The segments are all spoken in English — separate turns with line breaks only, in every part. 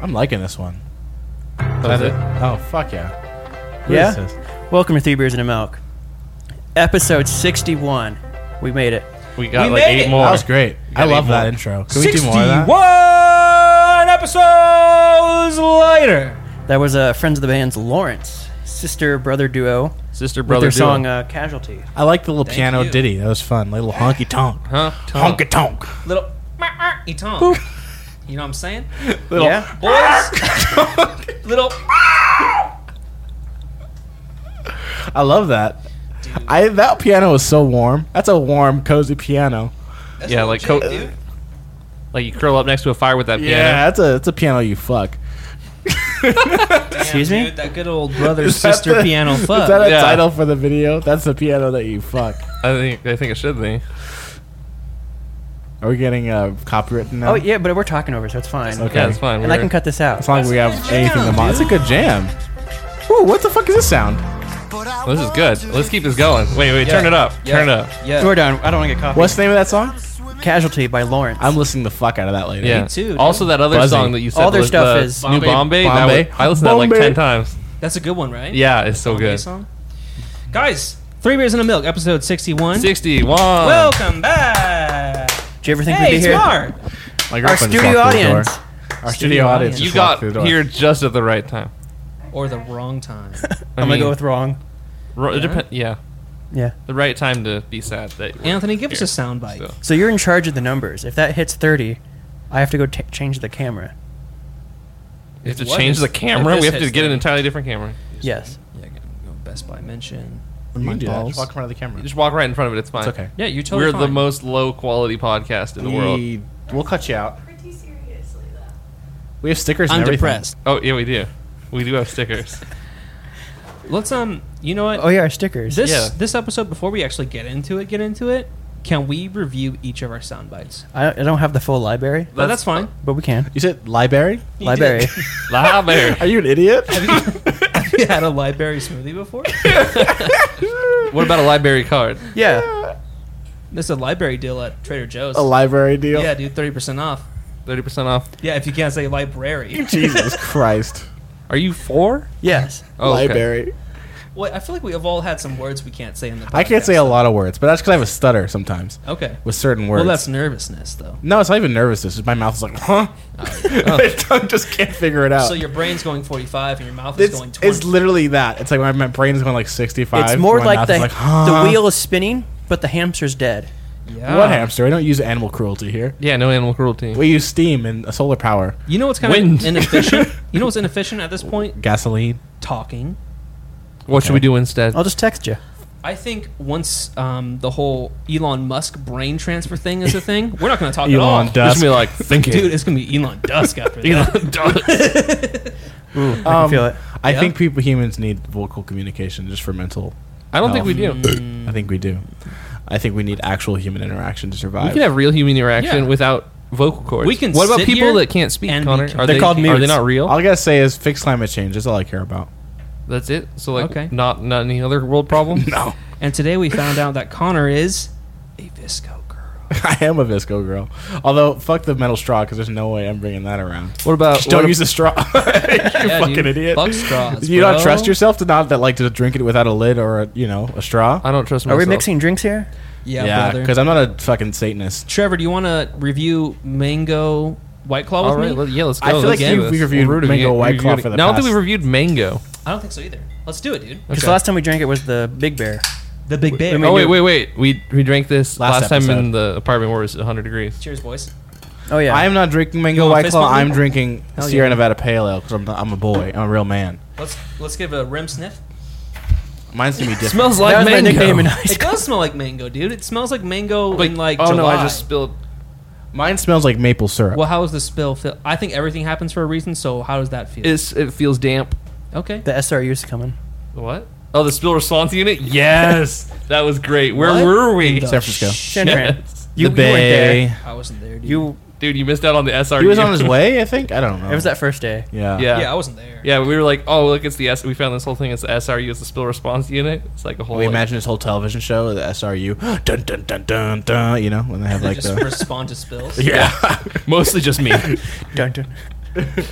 I'm liking this one.
That's it.
Oh fuck yeah! What
yeah.
is this?
Welcome to Three Beers and a Milk, episode sixty-one. We made it.
We got
We
like
made
eight
it.
more.
That was great. I
Got
love
eight more.
that intro. Can we do more of that?
Sixty-one episodes later. That was uh, friends of the band's Lawrence sister brother duo
Sister
with
brother
their
duo.
song uh, "Casualty."
I like the little piano
you.
ditty. That was fun. Like a little honky tonk.
Huh?
Honky tonk.
little you tongue. You know what I'm saying?
yeah.
Boys, little
I love that. I that piano was so warm. That's a warm, cozy piano.
Yeah, like co- like you curl up next to a fire with that
Yeah, that's a that's a piano you fuck.
Excuse me?
dude, that good old brother
Is that
sister
the-
piano
Is
fuck.
that a
Yeah.
title for the video? That's the piano that you fuck.
piano. I think I think it should be.
Are we getting uh, copywritten now?
Oh yeah, but we're talking over, so it's fine.
Okay.
Yeah, it's fine.
And I can cut this out.
As long as we have anything to mod. It's a good jam. Ooh, what the fuck is this sound?
This is good. Let's keep this going. Wait, wait, turn it up.
Yeah,
Turn it up.
Yeah.
We're done. I don't want to get caught.
What's the name of that song?
Casualty by Lawrence.
I'm listening the fuck out of that later.
Yeah.
too, dude.
also, that other
Buzzing.
song that you said.
All their
was
stuff
the
is-
New
Bombay.
Bombay. that
Bombay.
was- I listened to that like
Bombay.
ten times.
That's a good one, right?
Yeah, it's so
Okay,
good.
song. Guys, three beers and a milk, episode sixty-one.
Sixty-one.
Welcome back.
Do you ever think
Hey,
we'd be here?
smart.
My
Our
girlfriend just
studio
walked through the
audience.
door. Our studio
audience.
audience.
you
just walked
got
through the door.
here just at the right time.
Or the wrong time.
I'm
mean,
gonna go with wrong.
ro- it depen- yeah,
Yeah.
the right time to be sad. That we're
Anthony, give us
here.
a soundbite.
So-
So you're in charge of the numbers. If that hits 30, I have to go t- change the camera.
We have to
What
change
is-
the camera. We
if this
have to
hits
get an
the-
entirely different camera.
Yes.
Yeah, go Best Buy mention.
You can do that.
balls.
Just walk in front of the camera.
You just walk right in front of it. It's fine.
It's okay.
Yeah, you're totally
We're the
fine.
most low quality podcast in the world.
We, will cut you out.
pretty seriously though.
We have stickers
I'm
and everything.
depressed.
Oh yeah, we do. We do have stickers.
Let's um. You know what?
Oh yeah, our stickers.
This
Yeah.
this episode, before we actually get into it, get into it. Can we review each of our sound bites?
I don't, I don't have the full library,
But
That's-
that's fine.
but we can.
You said library?
Library.
Library.
Are you an idiot?
Have you had a library smoothie before?
What about a library card?
yeah.
There's a library deal at Trader Joe's.
a library deal?
yeah, dude, thirty percent off.
Thirty percent off.
Yeah, if you can't say library.
Jesus Christ.
Are you four?
Yes.
Oh, okay.
library.
Well, I feel like we have all had some words we can't say in the. Podcast.
I can't say a lot of words, but that's because I have a stutter sometimes
Okay.
with certain words.
Well, that's nervousness, though.
no, it's not even nervousness. It's my mouth's like, huh? my tongue just can't figure it out.
So your brain's going 45 and your mouth is
it's,
going 20.
it's literally that. It's like my, my brain's going like 65.
It's more
my
like
mouth
the
is huh?
the wheel is spinning, but the hamster's dead.
yeah.
What hamster? I don't use animal cruelty here.
Yeah, no animal cruelty.
We use steam and solar power,
You know what's kind
Wind.
of inefficient? you know what's inefficient at this point?
gasoline.
Talking.
What should we do instead?
I'll just text you.
I think once um, the whole Elon Musk brain transfer thing is a thing, we're not going to talk at all.
Elon
We
Dusk.
should be like thinking.
Dude, it's going to be Elon Dusk after that.
Elon Dusk.
Ooh, I
Um,
can feel it.
I
Yeah.
think people humans need vocal communication just for mental.
I don't think we do.
I think we do. I think we need actual human interaction to survive.
We can have real human interaction
Yeah.
without vocal cords.
We can
What about
sit
people
here
that can't speak,
and we
Connor?
can-
Are
They're
they
called
Are they
mutes.
not real?
all I gotta say is fix climate change. That's all I care about.
That's it. So like,
Okay.
not not any other world problem.
No,
And today we found out that Connor is a Visco girl.
I am a visco girl. Although fuck the metal straw because there's no way I'm bringing that around.
What about
Just don't
what
use the straw. you
Yeah,
fucking
dude.
idiot.
Fuck straws.
you don't
bro.
trust yourself to not that like to drink it without a lid or a you know a straw.
I don't trust
Are
myself.
we mixing drinks here?
Yeah, brother.
because I'm not a fucking Satanist.
Trevor, do you want to review Mango White Claw
All
with
right,
me?
let- yeah, let's go.
I feel
Let's
like
do
you-
this.
we reviewed
We're reviewing
Mango
it.
White
Reviewed
Claw
it.
for the
No, I don't think we
past-
reviewed Mango.
I don't think so either. Let's do it, dude.
Because
Okay.
last time we drank it was the Big Bear.
The Big Bear.
oh wait, wait, wait. We we drank this
Last
last, time in
episode.
the apartment where it was 100 degrees.
Cheers, boys.
Oh yeah.
I am not drinking mango
want
white
fist
claw.
bump?
I'm drinking
Hell
Sierra
yeah.
Nevada Pale Ale because I'm, I'm a boy. I'm a real man.
Let's let's give a rim sniff.
Mine's gonna be different.
Smells
that
like
was my
mango.
nickname in high
It
school.
does smell like mango, dude. It smells like mango in like
oh no,
July.
I just spilled.
Mine smells like maple syrup.
Well, how does the spill feel? I think everything happens for a reason. So how does that feel?
It's, it feels damp.
okay.
The SRU's coming.
What? Oh, the spill response unit. Yes, that was great. Where
What
were we?
San Francisco.
San Fran.
Yes.
You,
the
you weren't there.
Bay.
I wasn't there, dude.
You.
Dude, you missed out on the SRU.
He was on his way. I think. I don't know.
It was that first day.
Yeah.
Yeah.
yeah, I wasn't there.
Yeah, we were like, oh, look, it's the S. We found this whole thing. It's the SRU. It's the spill response unit. It's like a whole.
We
like-
imagine this whole television show, the SRU, dun dun dun dun dun. You know when they have
They
like
just
the
respond to spills.
yeah.
Mostly just me.
Dun, dun.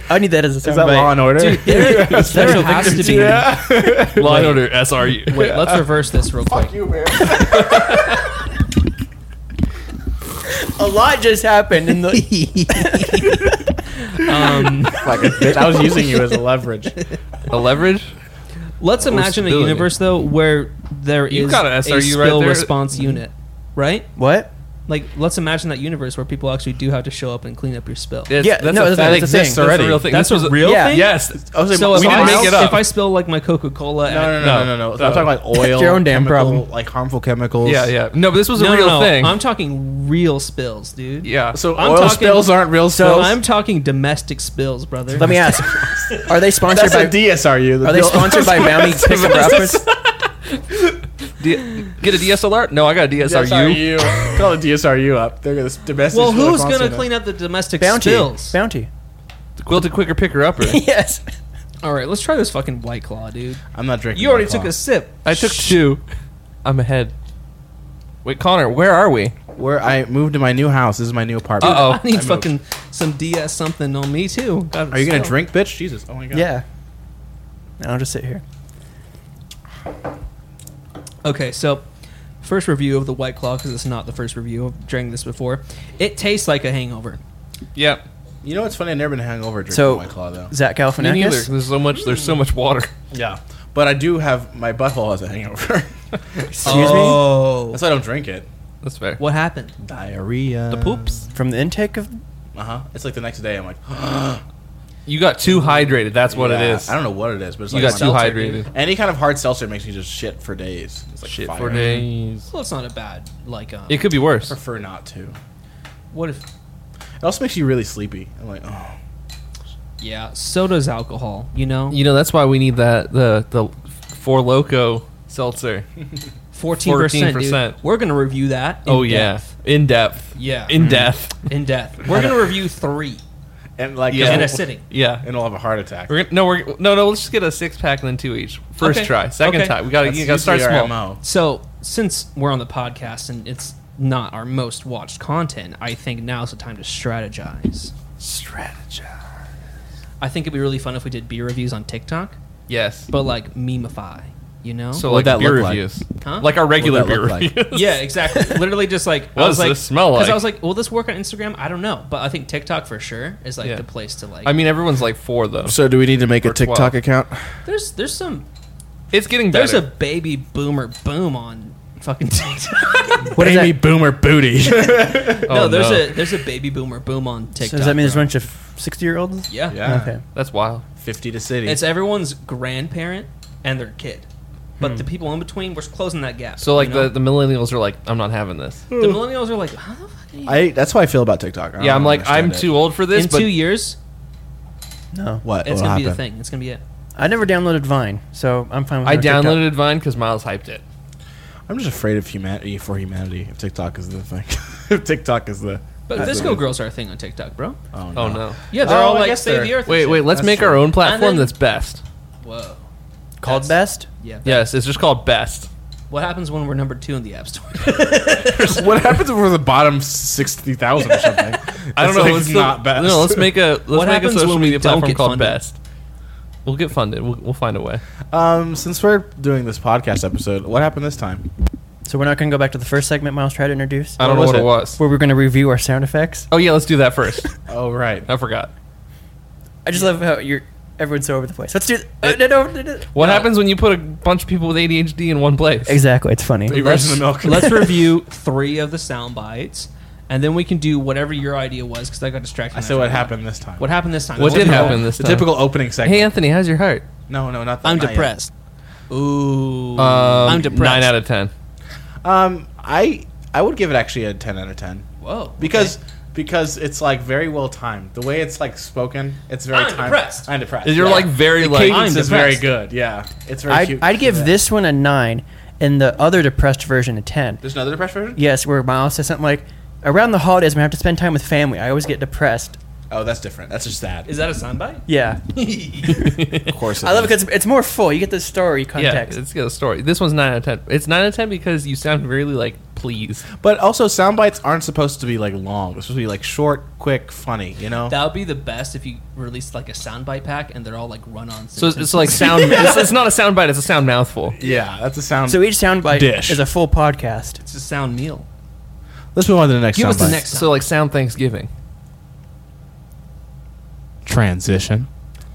I need that as a soundbite.
Is that Law and Order?
Dude, there, there has to be.
yeah.
Law and Order SRU.
Wait, let's reverse this real quick.
you, man.
A lot just happened in the.
Um,
like a bitch. I was using you as a leverage.
The leverage?
let's imagine a
stability.
universe though where there is
You got an
a
SRU right
spill
there.
response unit, right?
what?
Like, let's imagine that universe where people actually do have to show up and clean up your spill.
It's-
Yeah, no, that's-
fact.
that's a thing.
That's a real thing. Oh.
That's
This
a
was
real
Yeah.
thing.
Yes.
I was like,
So
we
if, I,
didn't
make it up.
if I spill like my Coca Cola,
No, no, no, no, no. no. I'm talking like oil,
Your own damn
chemical-
problem.
like harmful chemicals.
Yeah, yeah. No, but this was a
no,
real
no,
thing.
I'm talking real spills, dude.
yeah.
So
I'm
oil
talking-
spills aren't real
So
spills.
I'm talking domestic spills, brother.
Let me ask. Are they sponsored
That's a
by?
DSRU. The
are they
bill-
sponsored by Bounty Pickup Rappers?
D- get a DSLR? No, I got a DSRU.
DSRU. Call the DSRU up. They're gonna domestic.
Well, who's gonna clean up the domestic
Bounty.
spills?
Bounty.
Quilted quicker picker upper.
yes.
All right, let's try this fucking white claw, dude.
I'm not drinking.
You already
White
took a
Claw.
sip.
I took two. I'm ahead. Wait, Connor, where are we?
Where I moved to my new house. This is my new apartment.
Uh-oh.
I need
I
fucking some DS something on me too. God,
Are you gonna
so-
drink, bitch? Jesus. Oh my god.
Yeah. I'll just sit here.
Okay, so first review of the White Claw because it's not the first review. I've drank this before. It tastes like a hangover.
Yeah.
You know what's funny? I've never been hungover drinking
So-
White Claw though.
Zach
Me neither.
Galifianakis.
There's so much. There's so much water.
Yeah. But I do have my butthole as a hangover.
Excuse
oh.
That's why I don't drink it.
That's fair.
What happened?
Diarrhea.
The poops.
me. From the intake of.
Uh huh. It's like the next day. I'm like,
You got too hydrated. That's what
yeah,
it is.
I don't know what it is, but it's
You
like
got
my-
too
seltzer,
hydrated.
Any kind of hard seltzer makes me just shit for days. It's like
Shit
fire.
for days.
Well, it's not a bad like. Um,
It could be worse.
Prefer not to.
what if?
It also makes you really sleepy. I'm like, oh,
Yeah, so does alcohol. You know,
You know that's why we need that the the four loco seltzer.
fourteen percent.
14%.
We're gonna review that. in
oh
depth.
yeah, in depth.
Yeah.
in
Mm-hmm.
depth.
in depth. We're gonna review three
and like, uh,
Yeah.
in
and,
a sitting.
Yeah.
I'll have a heart attack.
We're gonna, no, we're no, no. Let's just get a six pack and then two each. First
Okay.
try, second
Okay.
time. We gotta
That's
you gotta start
usually our
small.
MO.
So since we're on the podcast and it's not our most watched content, I think now's the time to strategize.
Strategize.
I think it'd be really fun if we did beer reviews on TikTok,
Yes.
but like memeify, you know?
so
What'd
like
that
beer
look like?
reviews,
Huh?
like our regular
that
beer
look like?
reviews.
yeah, exactly. Literally, just like
What
I was
does
like,
this smell like?
I was like, will this work on Instagram? I don't know, but I think TikTok for sure is like
Yeah.
the place to like.
I mean, everyone's like four though.
So, do we need to make a
Or 12.
TikTok account?
there's there's some
It's getting better.
there's a baby boomer boom on fucking TikTok.
What is
Baby
that?
boomer booty.
Oh,
no, there's a there's a baby boomer boom on TikTok.
So does that mean there's a
bro.
bunch of sixty-year-olds?
Yeah.
Yeah.
Okay.
That's wild.
Fifty to city.
It's everyone's grandparent and their kid. But the people in between, we're closing that gap.
Hmm. So like
you know?
the, the millennials are like, I'm not having this.
the millennials are like, how the fuck are you?
I. That's how I feel about TikTok. I
Yeah,
don't
I'm like, I'm
understand it.
too old for this.
in
but
two years,
No.
What?
it's
will
gonna be the
happen?
thing. It's gonna be it.
I never downloaded Vine, so I'm fine with.
I
no TikTok.
downloaded Vine because Miles hyped it.
I'm just afraid of humanity for humanity. If TikTok is the thing, if TikTok is the.
But disco girls are a thing on TikTok, bro.
Oh no.
Oh no.
Yeah, they're
Oh,
all
I
like
guess
save the
they're-
earth. and
Wait,
shit.
wait. Let's
That's
make our
true.
own platform
then-
that's best.
Whoa.
Called Best.
Yeah. that-
Yes, it's just called Best.
What happens when we're number two in the app store?
what happens if we're the bottom sixty thousand or something?
I don't
It's
know.
like,
let's
it's
still-
not best.
No, let's make a let's make
What
a
happens
social
when we
media
don't
platform
get
called
funded?
Best. We'll get funded. We'll, we'll find a way.
Um, since we're doing this podcast episode, what happened this time?
So we're not going to go back to the first segment Miles tried to introduce,
I don't
What
know
was
what it was.
where we're going to review our sound effects.
Oh yeah, let's do that first.
Oh right.
I forgot.
I just love how you're everyone's so over the place. Let's do. Uh, no, no, no, no.
What happens when you put a bunch of people with ADHD in one place?
Exactly. It's funny.
You're
let's,
rushing the milk.
let's review three of the sound bites, and then we can do whatever your idea was because I got distracted.
I
and
said what
forgot.
happened this time.
What happened this time?
What
Let's
did
do
happen
that.
this
the
time?
typical opening segment.
Hey Anthony, how's your heart?
no, no, not.
I'm
not yet.
depressed. Ooh.
Um,
I'm depressed.
Nine out of ten.
Um, I I would give it actually a ten out of ten
Whoa.
because because it's like very well timed. The way it's like spoken, it's very
I'm
timed.
depressed.
I'm depressed.
You're
yeah.
like very
The
like.
cadence
I'm
is very
depressed.
good. Yeah, it's very
I'd,
cute.
I'd give
Yeah.
this one a nine, and the other depressed version a ten.
There's another depressed version.
Yes, where Miles says something like, "Around the holidays, when I have to spend time with family, I always get depressed."
Oh, that's different. That's just sad.
Is that a soundbite?
Yeah,
Of course,
I love it
is.
because it's more full. You get the story
Yeah,
context.
it's got a story. This one's nine out of ten. It's nine out of ten because you sound really like please.
But also, sound bites aren't supposed to be like long. They're supposed to be like short, quick, funny. You know.
That would be the best if you released like a soundbite pack and they're all like run on.
So it's, it's like sound. it's, it's not a sound bite. It's a sound mouthful.
yeah, that's a sound.
So each soundbite
Dish.
is a full podcast.
it's a sound meal.
Let's move on to the next.
Give us
sound
the
bite.
next-
So like sound Thanksgiving.
transition.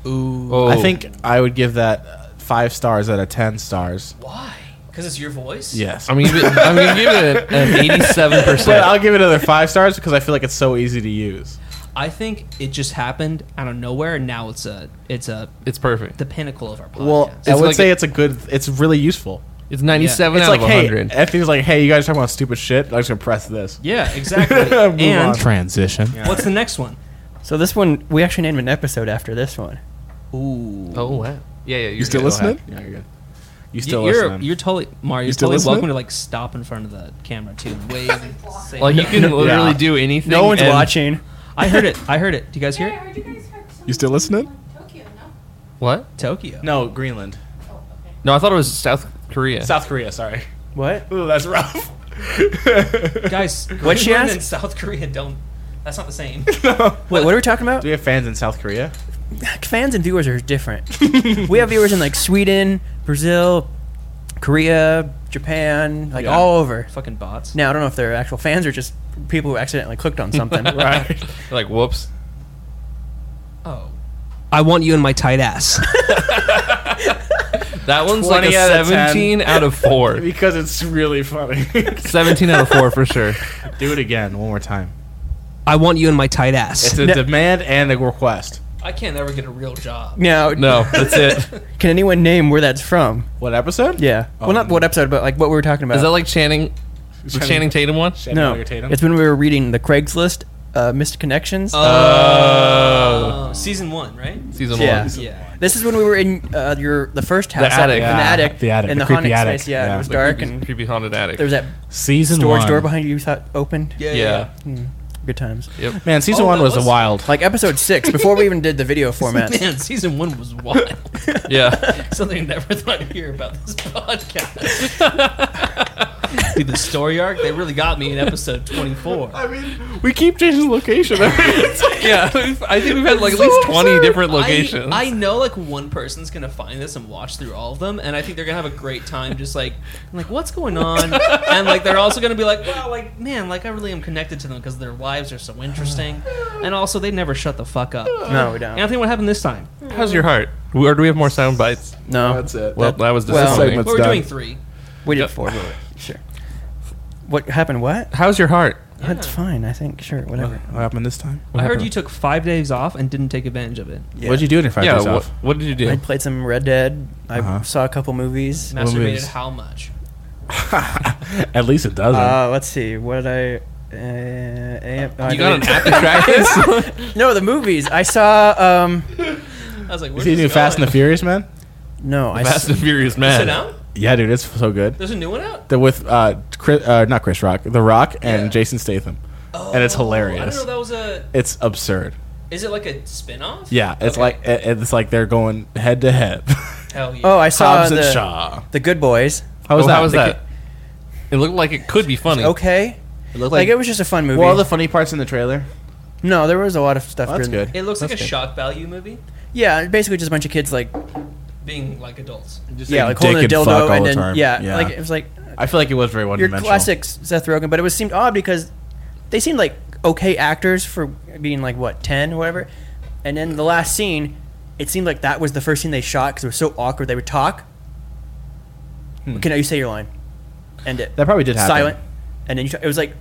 Ooh,
Oh,
I think I would give that uh, five stars out of ten stars.
why? Because it's your voice.
Yes.
I'm gonna give it. I'm gonna give it an eighty-seven
but
percent.
I'll give it another five stars because I feel like it's so easy to use.
I think it just happened out of nowhere, and now it's a it's a
It's perfect.
the pinnacle of our podcast.
Well, I
It's
would
like
say
a-
it's a good. It's really useful.
It's ninety-seven
It's
out
like,
of
hey,
hundred.
Anthony's like, hey, you guys talking about stupid shit? I'm just gonna press this.
yeah, exactly.
Move
and
on. transition.
what's the next one?
So this one, we actually named an episode after this one.
Ooh,
Oh wow. Yeah, yeah. You're
You still
good.
listening? Yeah, you're good. You still
you're
listening?
you're totally Mario. You're,
still
totally
listening?
welcome to like stop in front of the camera too and wave. and say-
Like you can literally do anything.
No one's
and-
watching.
I heard it. I heard it. Do you guys hear
Yeah, I
it?
heard you guys had some
You still listening?
Tokyo, no?
What?
Tokyo.
no, Greenland,
Oh, okay.
No, I thought it was South Korea.
South Korea. Sorry.
What?
Ooh, that's rough.
guys,
What'd she
Greenland
ask?
and South Korea don't. That's not the same.
Wait, what are we talking about?
Do we have fans in South Korea?
Fans and viewers are different. we have viewers in like Sweden, Brazil, Korea, Japan, like
Yeah.
all over.
Fucking bots.
Now I don't know if they're actual fans or just people who accidentally clicked on something.
Right.
like whoops.
Oh. I want you in my tight ass.
That one's like a
20 out of 10.
seventeen out of four.
because it's really funny.
17 out of 4 for sure.
Do it again one more time.
I want you in my tight
It's
ass.
a
No.
demand and a request.
I can't ever get a real job.
Now,
No, that's it. Is
can anyone name where that's from?
What episode?
Yeah.
Oh,
well, not
no.
what episode, but like what we were talking about.
that like Channing the
Channing-
Channing Tatum one?
Shannon
no,
Taylor Tatum?
it's when we were reading the Craigslist uh, missed connections.
Oh.
season one, right?
Season
Yeah.
1.
Yeah.
This is when we were in uh, your the first house, up
attic.
in
Yeah,
the attic,
the attic,
in
the
the,
creepy
haunted
attic,
space. Yeah,
yeah.
it was
The
dark,
creepy,
and
creepy haunted attic.
there was that
season
storage
one.
door behind you thought opened.
Yeah.
yeah.
good times.
Yep.
Man, season
Oh,
one
no,
was
let's-
wild.
Like episode six, before we even did the video format.
Man, season one was wild.
Yeah.
Something I never thought I'd hear about this podcast. Dude, the story arc, they really got me in episode 24.
I mean, we keep changing location.
Yeah. I think we've had like at
So
least 20
absurd.
different
I-
locations.
I, know like one person's gonna find this and watch through all of them, and I think they're gonna have a great time. Just like, like what's going on, and like they're also gonna be like, wow, like man, like I really am connected to them because their lives are so interesting, and also they never shut the fuck up.
No, we don't.
Anthony, what happened this time?
How's your heart? Or do we have more sound bites?
No,
That's it.
Well, that was
Well-
disappointing.
Segments.
Well, we're
done.
doing three.
we
Yep.
did four. Sure. What happened? What?
How's your heart?
That's fine. I think. Sure. Whatever.
What happened this time?
I heard
happened?
you took five days off and didn't take advantage of it.
Yeah.
What'd you do in your five
yeah,
days
what,
off?
what did you do?
I played some Red Dead. I
Uh-huh.
saw a couple movies.
What
Masturbated
movies?
how much?
At least it doesn't.
Uh, let's see. What did I? Uh, AM, oh, I
you got an
didn't-
app to track this?
no, the movies. I saw. Um,
I was like,
you
where's
see the new
this
Fast and
going?
the Furious, man?
no, I.
Fast
s-
and Furious
Is it
Man.
out?
Yeah, dude, it's so good.
There's a new one out.
The with uh, Chris, uh, not Chris Rock, The Rock and
Yeah.
Jason Statham, and it's
Oh, I don't
hilarious.
know. That was a.
It's absurd.
Is it like a spin-off?
Yeah, it's
Okay.
like it, it's like they're going head to head.
Hell yeah.
Oh, I saw
Hobbs and
the
Shaw.
the Good Boys.
How was
Oh,
that?
How was
The
that?
ki-
It looked like it could be funny.
Okay.
It looked
Like,
like,
it was just a fun movie.
Well, the funny parts in the trailer.
no, there was a lot of stuff.
Well, that's
during-
good.
It looks like
That's
a
good.
shock value movie,
Yeah, basically just a bunch of kids like
being like adults.
yeah,
saying
like holding a
dick and fuck
dildo
all
and
the
then
time.
yeah,
Yeah.
like it was like
I feel like it was very one
your
dimensional.
classic Seth Rogen, but it was seemed odd because they seemed like okay actors for being like what ten or whatever, and then the last scene, it seemed like that was the first scene they shot because it was so awkward. They would talk. Okay, now you say your line. End it.
Hmm. That probably did happen.
Silent, and then you. Shot. It was like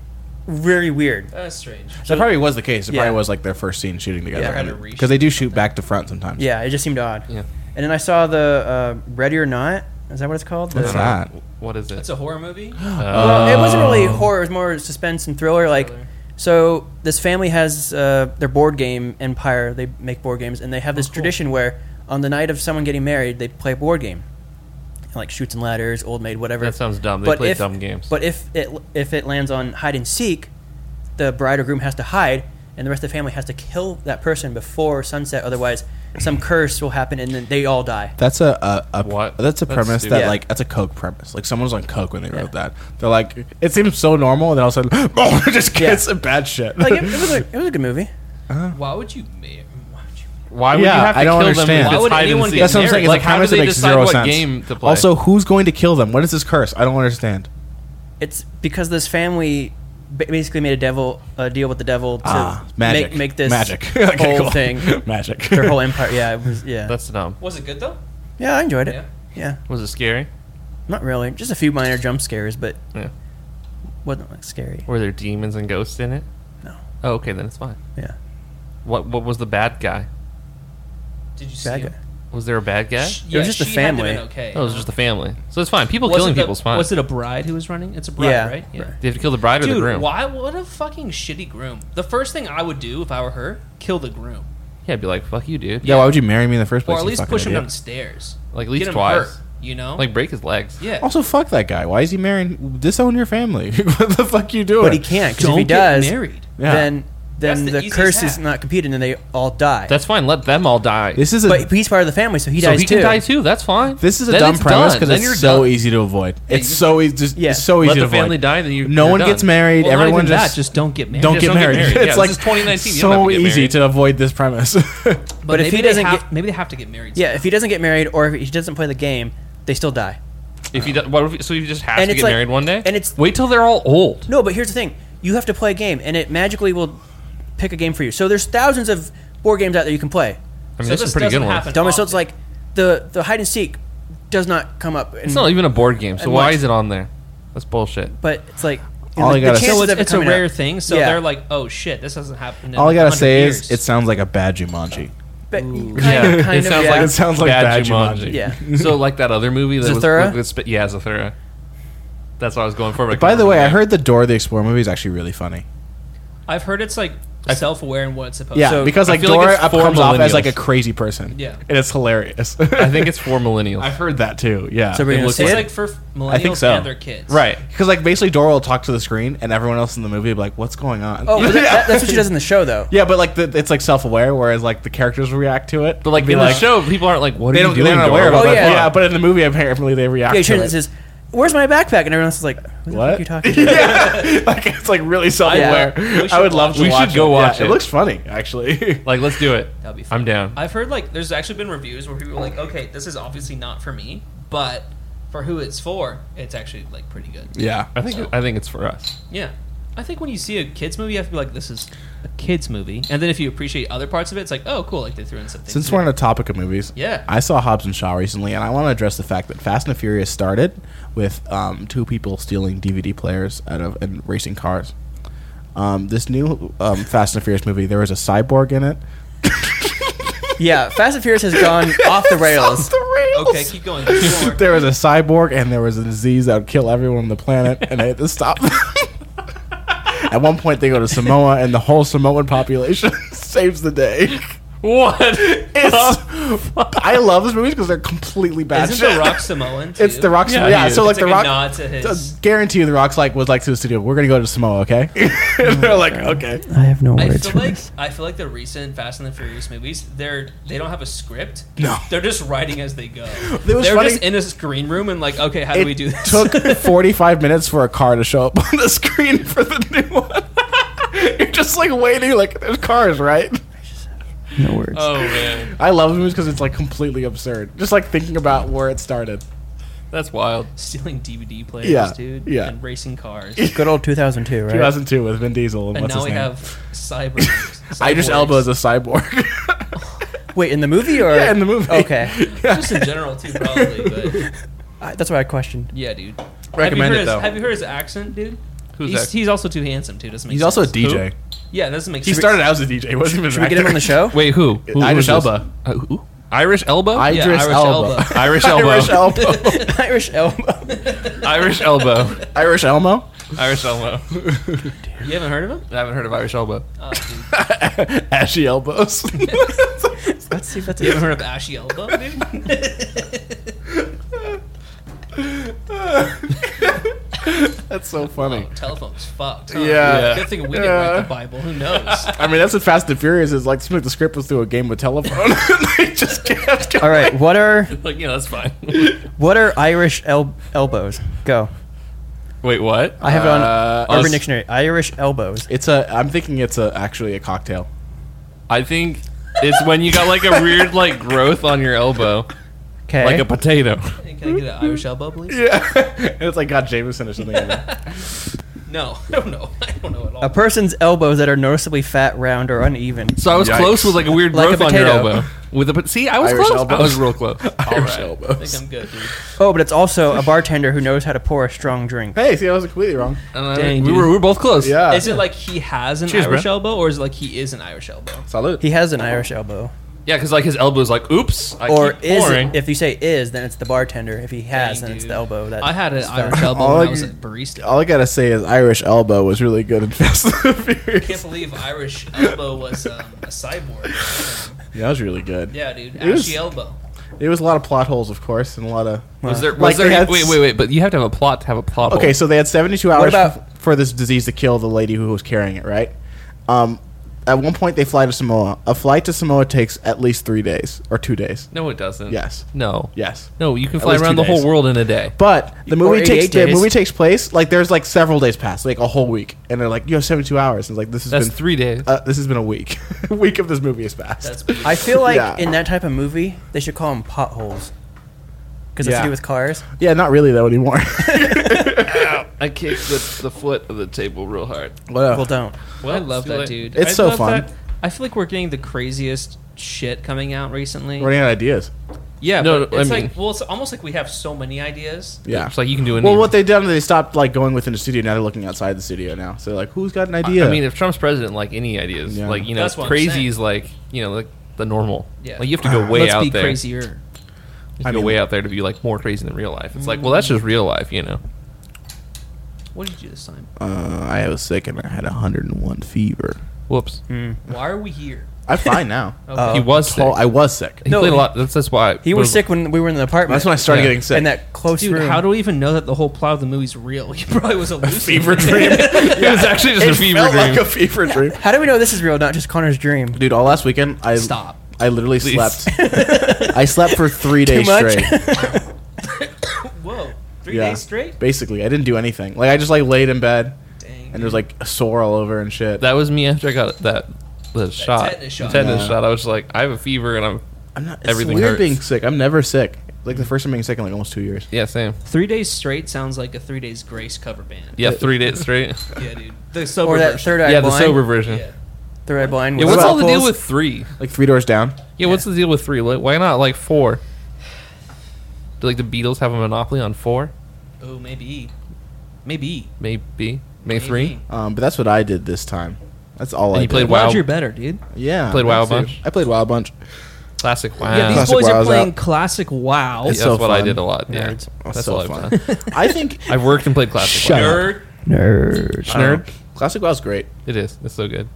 very weird.
That's strange.
That probably was the case. It
Yeah.
probably was like their first scene shooting
Yeah.
together.
Had to
Because they do shoot back to front sometimes.
Yeah, it just seemed odd.
Yeah.
And then I saw the uh, Ready or Not. Is that Uh, what it's called? The-
What's that?
What is it? Uh,
It's a horror movie.
Well, it wasn't
Oh.
really horror. It was more suspense and thriller. Like,
Thriller.
so this family has uh, their board game empire. They make board games, and they have
Oh,
this tradition where on the night of someone getting married, they play a board game, like shoots and ladders, old maid, whatever.
That sounds dumb. They play dumb games.
But if it if it lands on hide and seek, the bride or groom has to hide, and the rest of the family has to kill that person before sunset. Otherwise, some curse will happen, and then they all die.
That's a, a, a
What?
That's a
That's
premise
stupid.
that
Yeah.
like that's a coke premise. Like someone's on coke when they wrote
Yeah.
that. They're like, it seems so normal, and then all of a sudden, oh, it just
Yeah.
gets some bad shit.
Like it, it was a, it was a good movie.
Why would you? ma- Why would you?
Why would
Yeah,
you have to
I don't
kill them?
understand.
if
Why
it's
would
hide and
anyone
seek?
get
that's what I'm saying. It's
Like,
a
how do
premise
they
that makes
decide
zero
what
sense.
game to play?
Also, who's going to kill them? What is this curse? I don't understand.
It's because this family ba- basically made a devil a deal with the devil to
ah, magic.
make make this
magic
whole
Okay, cool.
thing
magic.
their whole empire. Yeah, it was, yeah,
that's dumb.
Was it good though?
yeah. I enjoyed it.
Yeah.
yeah,
Was it scary?
not really. Just a few minor jump scares, but
Yeah.
wasn't like scary.
Were there demons and ghosts in it?
No.
Oh, okay, then it's fine.
Yeah,
What What was the bad guy?
Did you see
bad
it?
guy.
Was there a bad guy?
Sh-
It was just the
she had to
family.
been Okay.
Oh, it was just the family. So it's fine. People
Was
killing
it the-
people's fine.
Was it a bride who was running? It's a bride,
Yeah.
right? Yeah.
they have to kill the bride or the
Dude,
groom.
why? What a fucking shitty groom. The first thing I would do if I were her, kill the groom,
Yeah, I'd be like, fuck you, dude.
yeah, why would you marry me in the first place?
or at
you
least
fucking
push him
idiot?
downstairs.
Like, at
Get
least
him
twice.
hurt, you know,
Like, break his legs.
yeah.
Also, fuck that guy. Why is he marrying? Disown your family. what the fuck you doing?
but he can't because if
Don't
he
get
does,
married.
Yeah.
then then
That's the
the,
easiest
curse is
hack.
not completed, and they all die.
That's fine. Let them all die.
This is a
but he's part of the family, so he
so
dies
he
too.
can die too. That's fine.
this is a
Then
dumb
it's
premise
done.
because
Then
it's
you're
so
done.
easy to avoid. it's
you-
so easy. Just,
Yeah.
It's so easy
Let
to
the
avoid.
family die. Then you.
no
you're
one
done.
gets married.
Well, not
Everyone
even that,
just,
just don't get married.
don't
just
get
don't get
married.
married. Yeah,
It's
this
like
is 2019. You don't have
So
to get
easy
married.
to avoid this premise.
But,
But if
maybe
he
they
doesn't
have-
get-
maybe they have to get married.
Yeah, if he doesn't get married or if he doesn't play the game, they still die.
If you do, what if, so you just have
And
to
it's
get
like-
married one day.
and it's-
wait till they're all old.
No, but here's the thing: you have to play a game, and it magically will pick a game for you. So there's thousands of board games out there you can play.
I mean,
So
there's some
this
pretty good
doesn't
ones.
happen.
Dumb so it's
often.
like the the hide and seek does not come up.
It's not even a board game. So
And
why
much.
is it on there? That's bullshit.
but it's like
All I
the,
gotta-
the
So
chances
So
of
it's,
it
it's a
coming
rare
up.
thing. So
Yeah.
they're like, oh shit, this hasn't happened. In
All I gotta
100
say
years.
is, it sounds like a bad Jumanji.
But kind
Yeah,
of, kind
it
of,
sounds
yeah.
like
It sounds like bad Jumanji.
Yeah.
so like that other movie that was
Zathura?
with- with sp- yeah, Zathura. That's what I was going for. but
By
couldn't
the way, I
remember.
heard the Door the Explorer movie is actually really funny.
I've heard it's like self-aware in what it's supposed.
Yeah,
to be.
because
I
like
feel like
Dora
it's
up-
for
comes off as like a
millennials.
crazy person.
Yeah.
and it's hilarious.
I think it's for millennials.
I've heard that too. Yeah,
So we're
It
gonna
looks
see
it's
it?
like for millennials
I think so.
and their kids.
Right. Because, like, basically, Dora will talk to the screen, and everyone else in the movie will be like, what's going on?
Oh, but that, that, that's what she does in the show, though.
yeah, but, like, the, it's, like, self aware, whereas, like, the characters react to it.
but like
Be
in
like,
the show, people aren't like, "What are
they
you
don't,
doing?"
they're not aware
Dora?
of it.
Oh,
but-
yeah.
yeah. but in the movie, apparently, they react
Yeah, she
to
turns
it.
and says, "Where's my backpack?" And everyone else is like, "Who the fuck
what?
you talking about?"
yeah. like, it's, like, really self aware.
Yeah. We
I would
should
love to
watch it. uh, We should
watch
go
it. Yeah,
watch it.
It looks funny, actually.
Like, let's do it.
That'd be fun.
I'm down.
I've heard like there's actually been reviews where people are like, okay, this is obviously not for me, but for who it's for, it's actually like pretty good.
yeah.
I think I think it's for us.
Yeah. I think when you see a kids movie, you have to be like, this is a kids movie, and then if you appreciate other parts of it, it's like, oh, cool, like they threw in something.
Since we're on the topic of movies,
Yeah.
I saw Hobbs and Shaw recently, and I want to address the fact that Fast and the Furious started with um, two people stealing DVD players out of and racing cars. Um, this new um, Fast and the Furious movie, there was a cyborg in it.
Yeah, Fast and Furious has gone off the rails.
okay, keep going. Keep going.
There was a cyborg, and there was a disease that would kill everyone on the planet, and they had to stop. them. At one point, they go to Samoa, and the whole Samoan population saves the day.
What?
It's,
Oh,
I love these movies because they're completely bad.
Isn't
shit.
the Rock Samoan? Too?
It's the Rock's.
Yeah,
Yeah,
he is.
so like
It's
the
like a
Rock.
nod to his-
I guarantee you, the Rock's like was like to the studio. We're gonna go to Samoa, okay? and they're like, okay.
I have no
I
words
feel
for
like
this.
I feel like the recent Fast and the Furious movies, they're they don't have a script.
No.
they're just writing as they go.
It was
they're
funny-
just in a screen room and like, okay, how do
It
we do this?
took 45 minutes for a car to show up on the screen for the new one. You're just like waiting, like there's cars, right?
No words.
Oh man,
I love movies because it's like completely absurd. Just like thinking about where it started.
that's wild.
stealing DVD players,
Yeah,
dude,
yeah.
and racing cars.
Good old 2002, right?
2002 with Vin Diesel and,
and
what's
now
his
we
name?
have cyber.
Idris
cyborgs.
Elba is a cyborg.
Wait, in the movie or
yeah, in the movie.
Okay,
just in general too, probably. But
I, that's why I questioned.
yeah, dude. have you
Recommend
heard
it,
his,
though.
Have you heard his accent, dude?
Who's
he's,
that?
he's also too handsome too. Doesn't make
He's also a
sense.
DJ.
Yeah, that doesn't make
He
sense.
started out as a DJ. He wasn't even
Should we get him on the show?
Wait, who? who
Idris
who's this?
Elba.
Uh, who? Irish Elba.
Idris,
Yeah, Irish
Elba.
Elba.
Irish Elba.
Irish Elba.
Irish Elmo.
Irish Elbow.
Irish Elmo?
Irish Elbow.
You haven't heard of him?
I haven't heard of Irish Elbow.
Oh, dude.
Ashy elbows.
Let's see if that's
You
a
haven't heard of Ashy Elba, dude?
That's so funny.
Oh, telephone's fucked. huh?
Yeah.
Good thing we didn't
Yeah.
write the Bible. Who knows?
I mean, that's what Fast and Furious is like. Seems like the script was through a game of telephone. they just kept going.
All right, what are
like, you know, that's fine.
what are Irish el- elbows? Go.
Wait, what?
I have it on
Uh,
Urban
us-
Dictionary. Irish elbows.
It's a. I'm thinking it's a actually a cocktail.
I think it's when you got like a weird like growth on your elbow,
Okay.
like a potato.
Hey, Can I get an Irish elbow, please?
Yeah, it's like got Jameson or something. in it.
No, I don't know. I don't know at all.
A person's elbows that are noticeably fat, round, or uneven.
So I was
Yikes.
close with like a weird
Like a
growth on your
potato.
elbow. With a pot- see, I was
Irish
close.
elbow.
I was real close.
Irish
Alright.
I
elbows.
think I'm good, dude.
Oh, but it's also a bartender who knows how to pour a strong drink.
Hey, see, I was completely wrong.
And I-
Dang,
we
dude.
were we were both close.
Yeah.
Is it like he has an
Uh, Cheers,
Irish
bro.
elbow, or is it like he is an Irish elbow?
Salute.
He has an Irish elbow.
yeah, because like his elbow's like, oops, I
or
keep
is
pouring.
it, if you say is, then it's the bartender. If he has,
Dang,
then it's
dude.
the elbow. That
I had an
is fat.
Irish elbow
All
when
I
I was a
can-
barista.
All I gotta say is Irish Elbow was really good in Fast and the
I
Furious.
can't believe Irish elbow was um, a cyborg. Um,
Yeah, that was really good.
yeah, dude.
It was-
Ashy elbow.
There was a lot of plot holes, of course, and a lot of.
was there? Was
Like
there?
they had
wait,
s-
wait, wait. But you have to have a plot to have a plot.
Okay,
hole.
so they had 72 hours
about-
f- for this disease to kill the lady who was carrying it, right? Um, at one point, they fly to Samoa. A flight to Samoa takes at least three days or two days.
no, it doesn't.
Yes.
No.
Yes.
No, you can fly
least two
around the
days.
whole world in a day.
But the
Or
movie takes
88
the
days.
movie takes place like there's like several days past, like a whole week, and they're like you have 72 hours. And it's like this has
That's
been
three days.
Uh, this has been a week. a week of this movie has passed.
That's
I feel like
Yeah.
in that type of movie, they should call them potholes. Because it's
Yeah.
to do with cars.
yeah, not really though anymore.
I kicked the, the foot of the table real hard.
Well,
Well, don't.
Well, I love
That's
that,
like-
dude.
It's
I
so
love
fun.
that- I feel like we're getting the craziest shit coming out recently.
running out of ideas.
Yeah,
No,
but
no, I
it's
mean-
like well, it's almost like we have so many ideas.
Yeah.
It's like you can do anything.
Well, what they done is they stopped like going within the studio. Now they're looking outside the studio now. So like, who's got an idea?
I mean, if Trump's president, like any ideas,
Yeah.
like you know,
That's what I'm
crazy
saying.
is like you know, like the normal.
Yeah.
Like you have to go way
Let's
out
be
there. You
crazier.
I
have to
mean-
go way out there to be like more crazy than real life. It's like, well, that's just real life, you know.
What did you do this time?
uh, I was sick and I had 101 fever.
Whoops.
Mm-hmm.
Why are we here?
I'm fine now.
Okay.
Oh.
He was sick.
Tall- I was sick.
he
No,
played a
he-
lot. That's, that's why
He was sick when we were in the apartment.
That's when I started
Yeah.
getting sick.
In that close
Dude,
room.
how do we even know that the whole plot of the movie's real? He probably was a
fever dream.
It was actually just
it
a fever
felt
dream.
like a fever dream.
How do we know this is real, not just Connor's dream?
Dude, all last weekend I
Stop.
I literally
Please.
slept. I slept for three days
much?
straight.
Whoa, three
Yeah,
days straight.
Basically, I didn't do anything. Like I just like laid in bed,
Dang.
and there was like a sore all over and shit.
that was me after I got that the shot,
tetanus shot.
The tetanus
Yeah.
shot. I was like, I have a fever, and I'm
I'm not. It's
Everything
weird
hurts.
being sick. I'm never sick. Like the first time being sick in like almost two years.
yeah, same.
three days straight sounds like a three days grace cover band.
Yeah, three days straight.
yeah, dude. The sober
Or that
version.
third eye
yeah, the
blind?
sober version.
Yeah.
Third eye blind.
Yeah,
with
what's all the deal
potholes?
with three?
Like three doors down.
Yeah, what's the deal with three? Like, why not like four? Do like the Beatles have a monopoly on four?
Oh, maybe, maybe,
Maybe. May
maybe.
three?
Um, but that's what I did this time. That's all I
And you
did.
played
Glad
Wow.
you're better, dude.
Yeah,
Played Wild
that's it.
Bunch?
I played Wild Bunch.
Classic wow.
yeah, these
Classic
boys are
WoW's
playing
out.
classic WoW.
It's
That's
so
what I
fun.
did a lot. Yeah.
Nerds.
That's
so
all I've
fun.
done.
I think
I've worked and played classic
Shut
wow.
up.
Nerd.
Nerd.
I don't
Nerd.
know. Classic WoW's great.
It is. It's so good.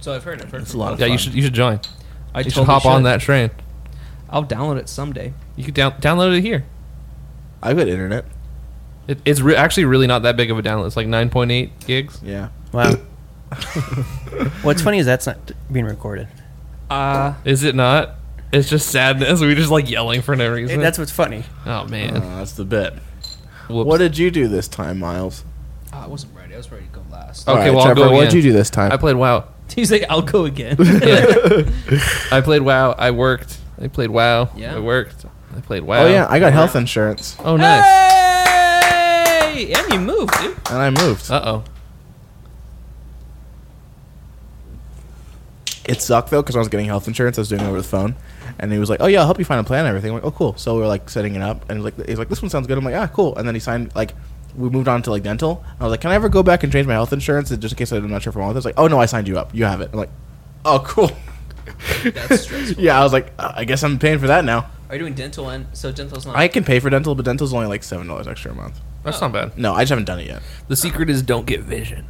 So I've heard. I've heard.
It's a
from
lot of
both.
Yeah, you
Fun.
should you should join.
I
you should
totally
hop on
should.
that train.
I'll download it someday.
You could down, download it here.
I've got internet.
It, it's re- actually really not that big of a download. It's like 9.8 gigs.
Yeah.
Wow. What's funny is that's not being recorded.
Uh,
Is it not? It's just sadness. We're just like yelling for no reason.
that's what's funny.
oh man.
Uh, that's the bit.
Whoops.
What did you do this time, Miles?
oh, I wasn't ready. I was ready to go last.
Okay,
Alright,
well, I'll
Trevor,
go
what did
again.
you do this time?
I played WoW.
He's like, I'll go again.
I played WoW. I worked. I played WoW.
Yeah.
I worked. I played WoW.
oh yeah, I got health insurance
oh nice.
hey! And you moved, dude.
and I moved.
Uh oh.
It sucked though because I was getting health insurance. I was doing it over the phone, and he was like, "Oh yeah, I'll help you find a plan and everything." I'm like, "Oh cool." So we are like setting it up, and he's like, "He's like, this one sounds good." I'm like, "Ah cool." And then he signed like. We moved on to like dental. I was like, "Can I ever go back and change my health insurance just in case I'm not sure if I want this?" Like, "Oh no, I signed you up. You have it." I'm like, "Oh cool."
That's stressful.
yeah, I was like, "Uh, "I guess I'm paying for that now."
Are you doing dental and so dental's not?
I can pay for dental, but dental's only like seven dollars extra a month.
That's not bad.
No, I just haven't done it yet.
The secret is don't get vision.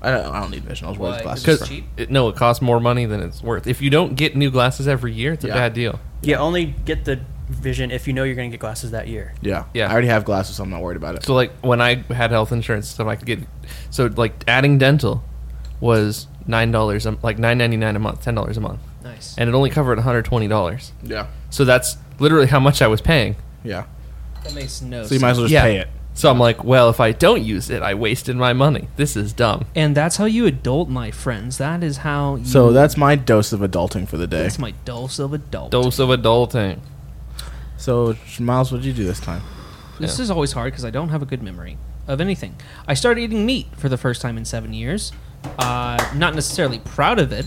I don't, I don't need vision. I was
Why?
wearing
'Cause
glasses.
it's
for-
cheap.
It, no, it costs more money than it's worth. If you don't get new glasses every year, it's a
Yeah.
bad deal.
Yeah, only get the vision if you know you're going to get glasses that year.
Yeah.
Yeah.
I already have glasses, so I'm not worried about it.
So like when I had health insurance, so I could get so like adding dental was nine dollars like nine ninety nine a month, ten dollars a month,
Nice.
and it only covered one hundred twenty dollars.
yeah.
So that's literally how much I was paying.
Yeah.
That makes no
So you might as well just
Yeah.
pay it.
So I'm like, well, if I don't use it, I wasted my money. This is dumb.
and that's how you adult, my friends. That is how you.
So that's my dose of adulting for the day.
That's my dose of adult.
Dose of adulting.
So Miles, what did you do this time?
This
Yeah.
is always hard because I don't have a good memory of anything. I started eating meat for the first time in seven years. Uh, not necessarily proud of it.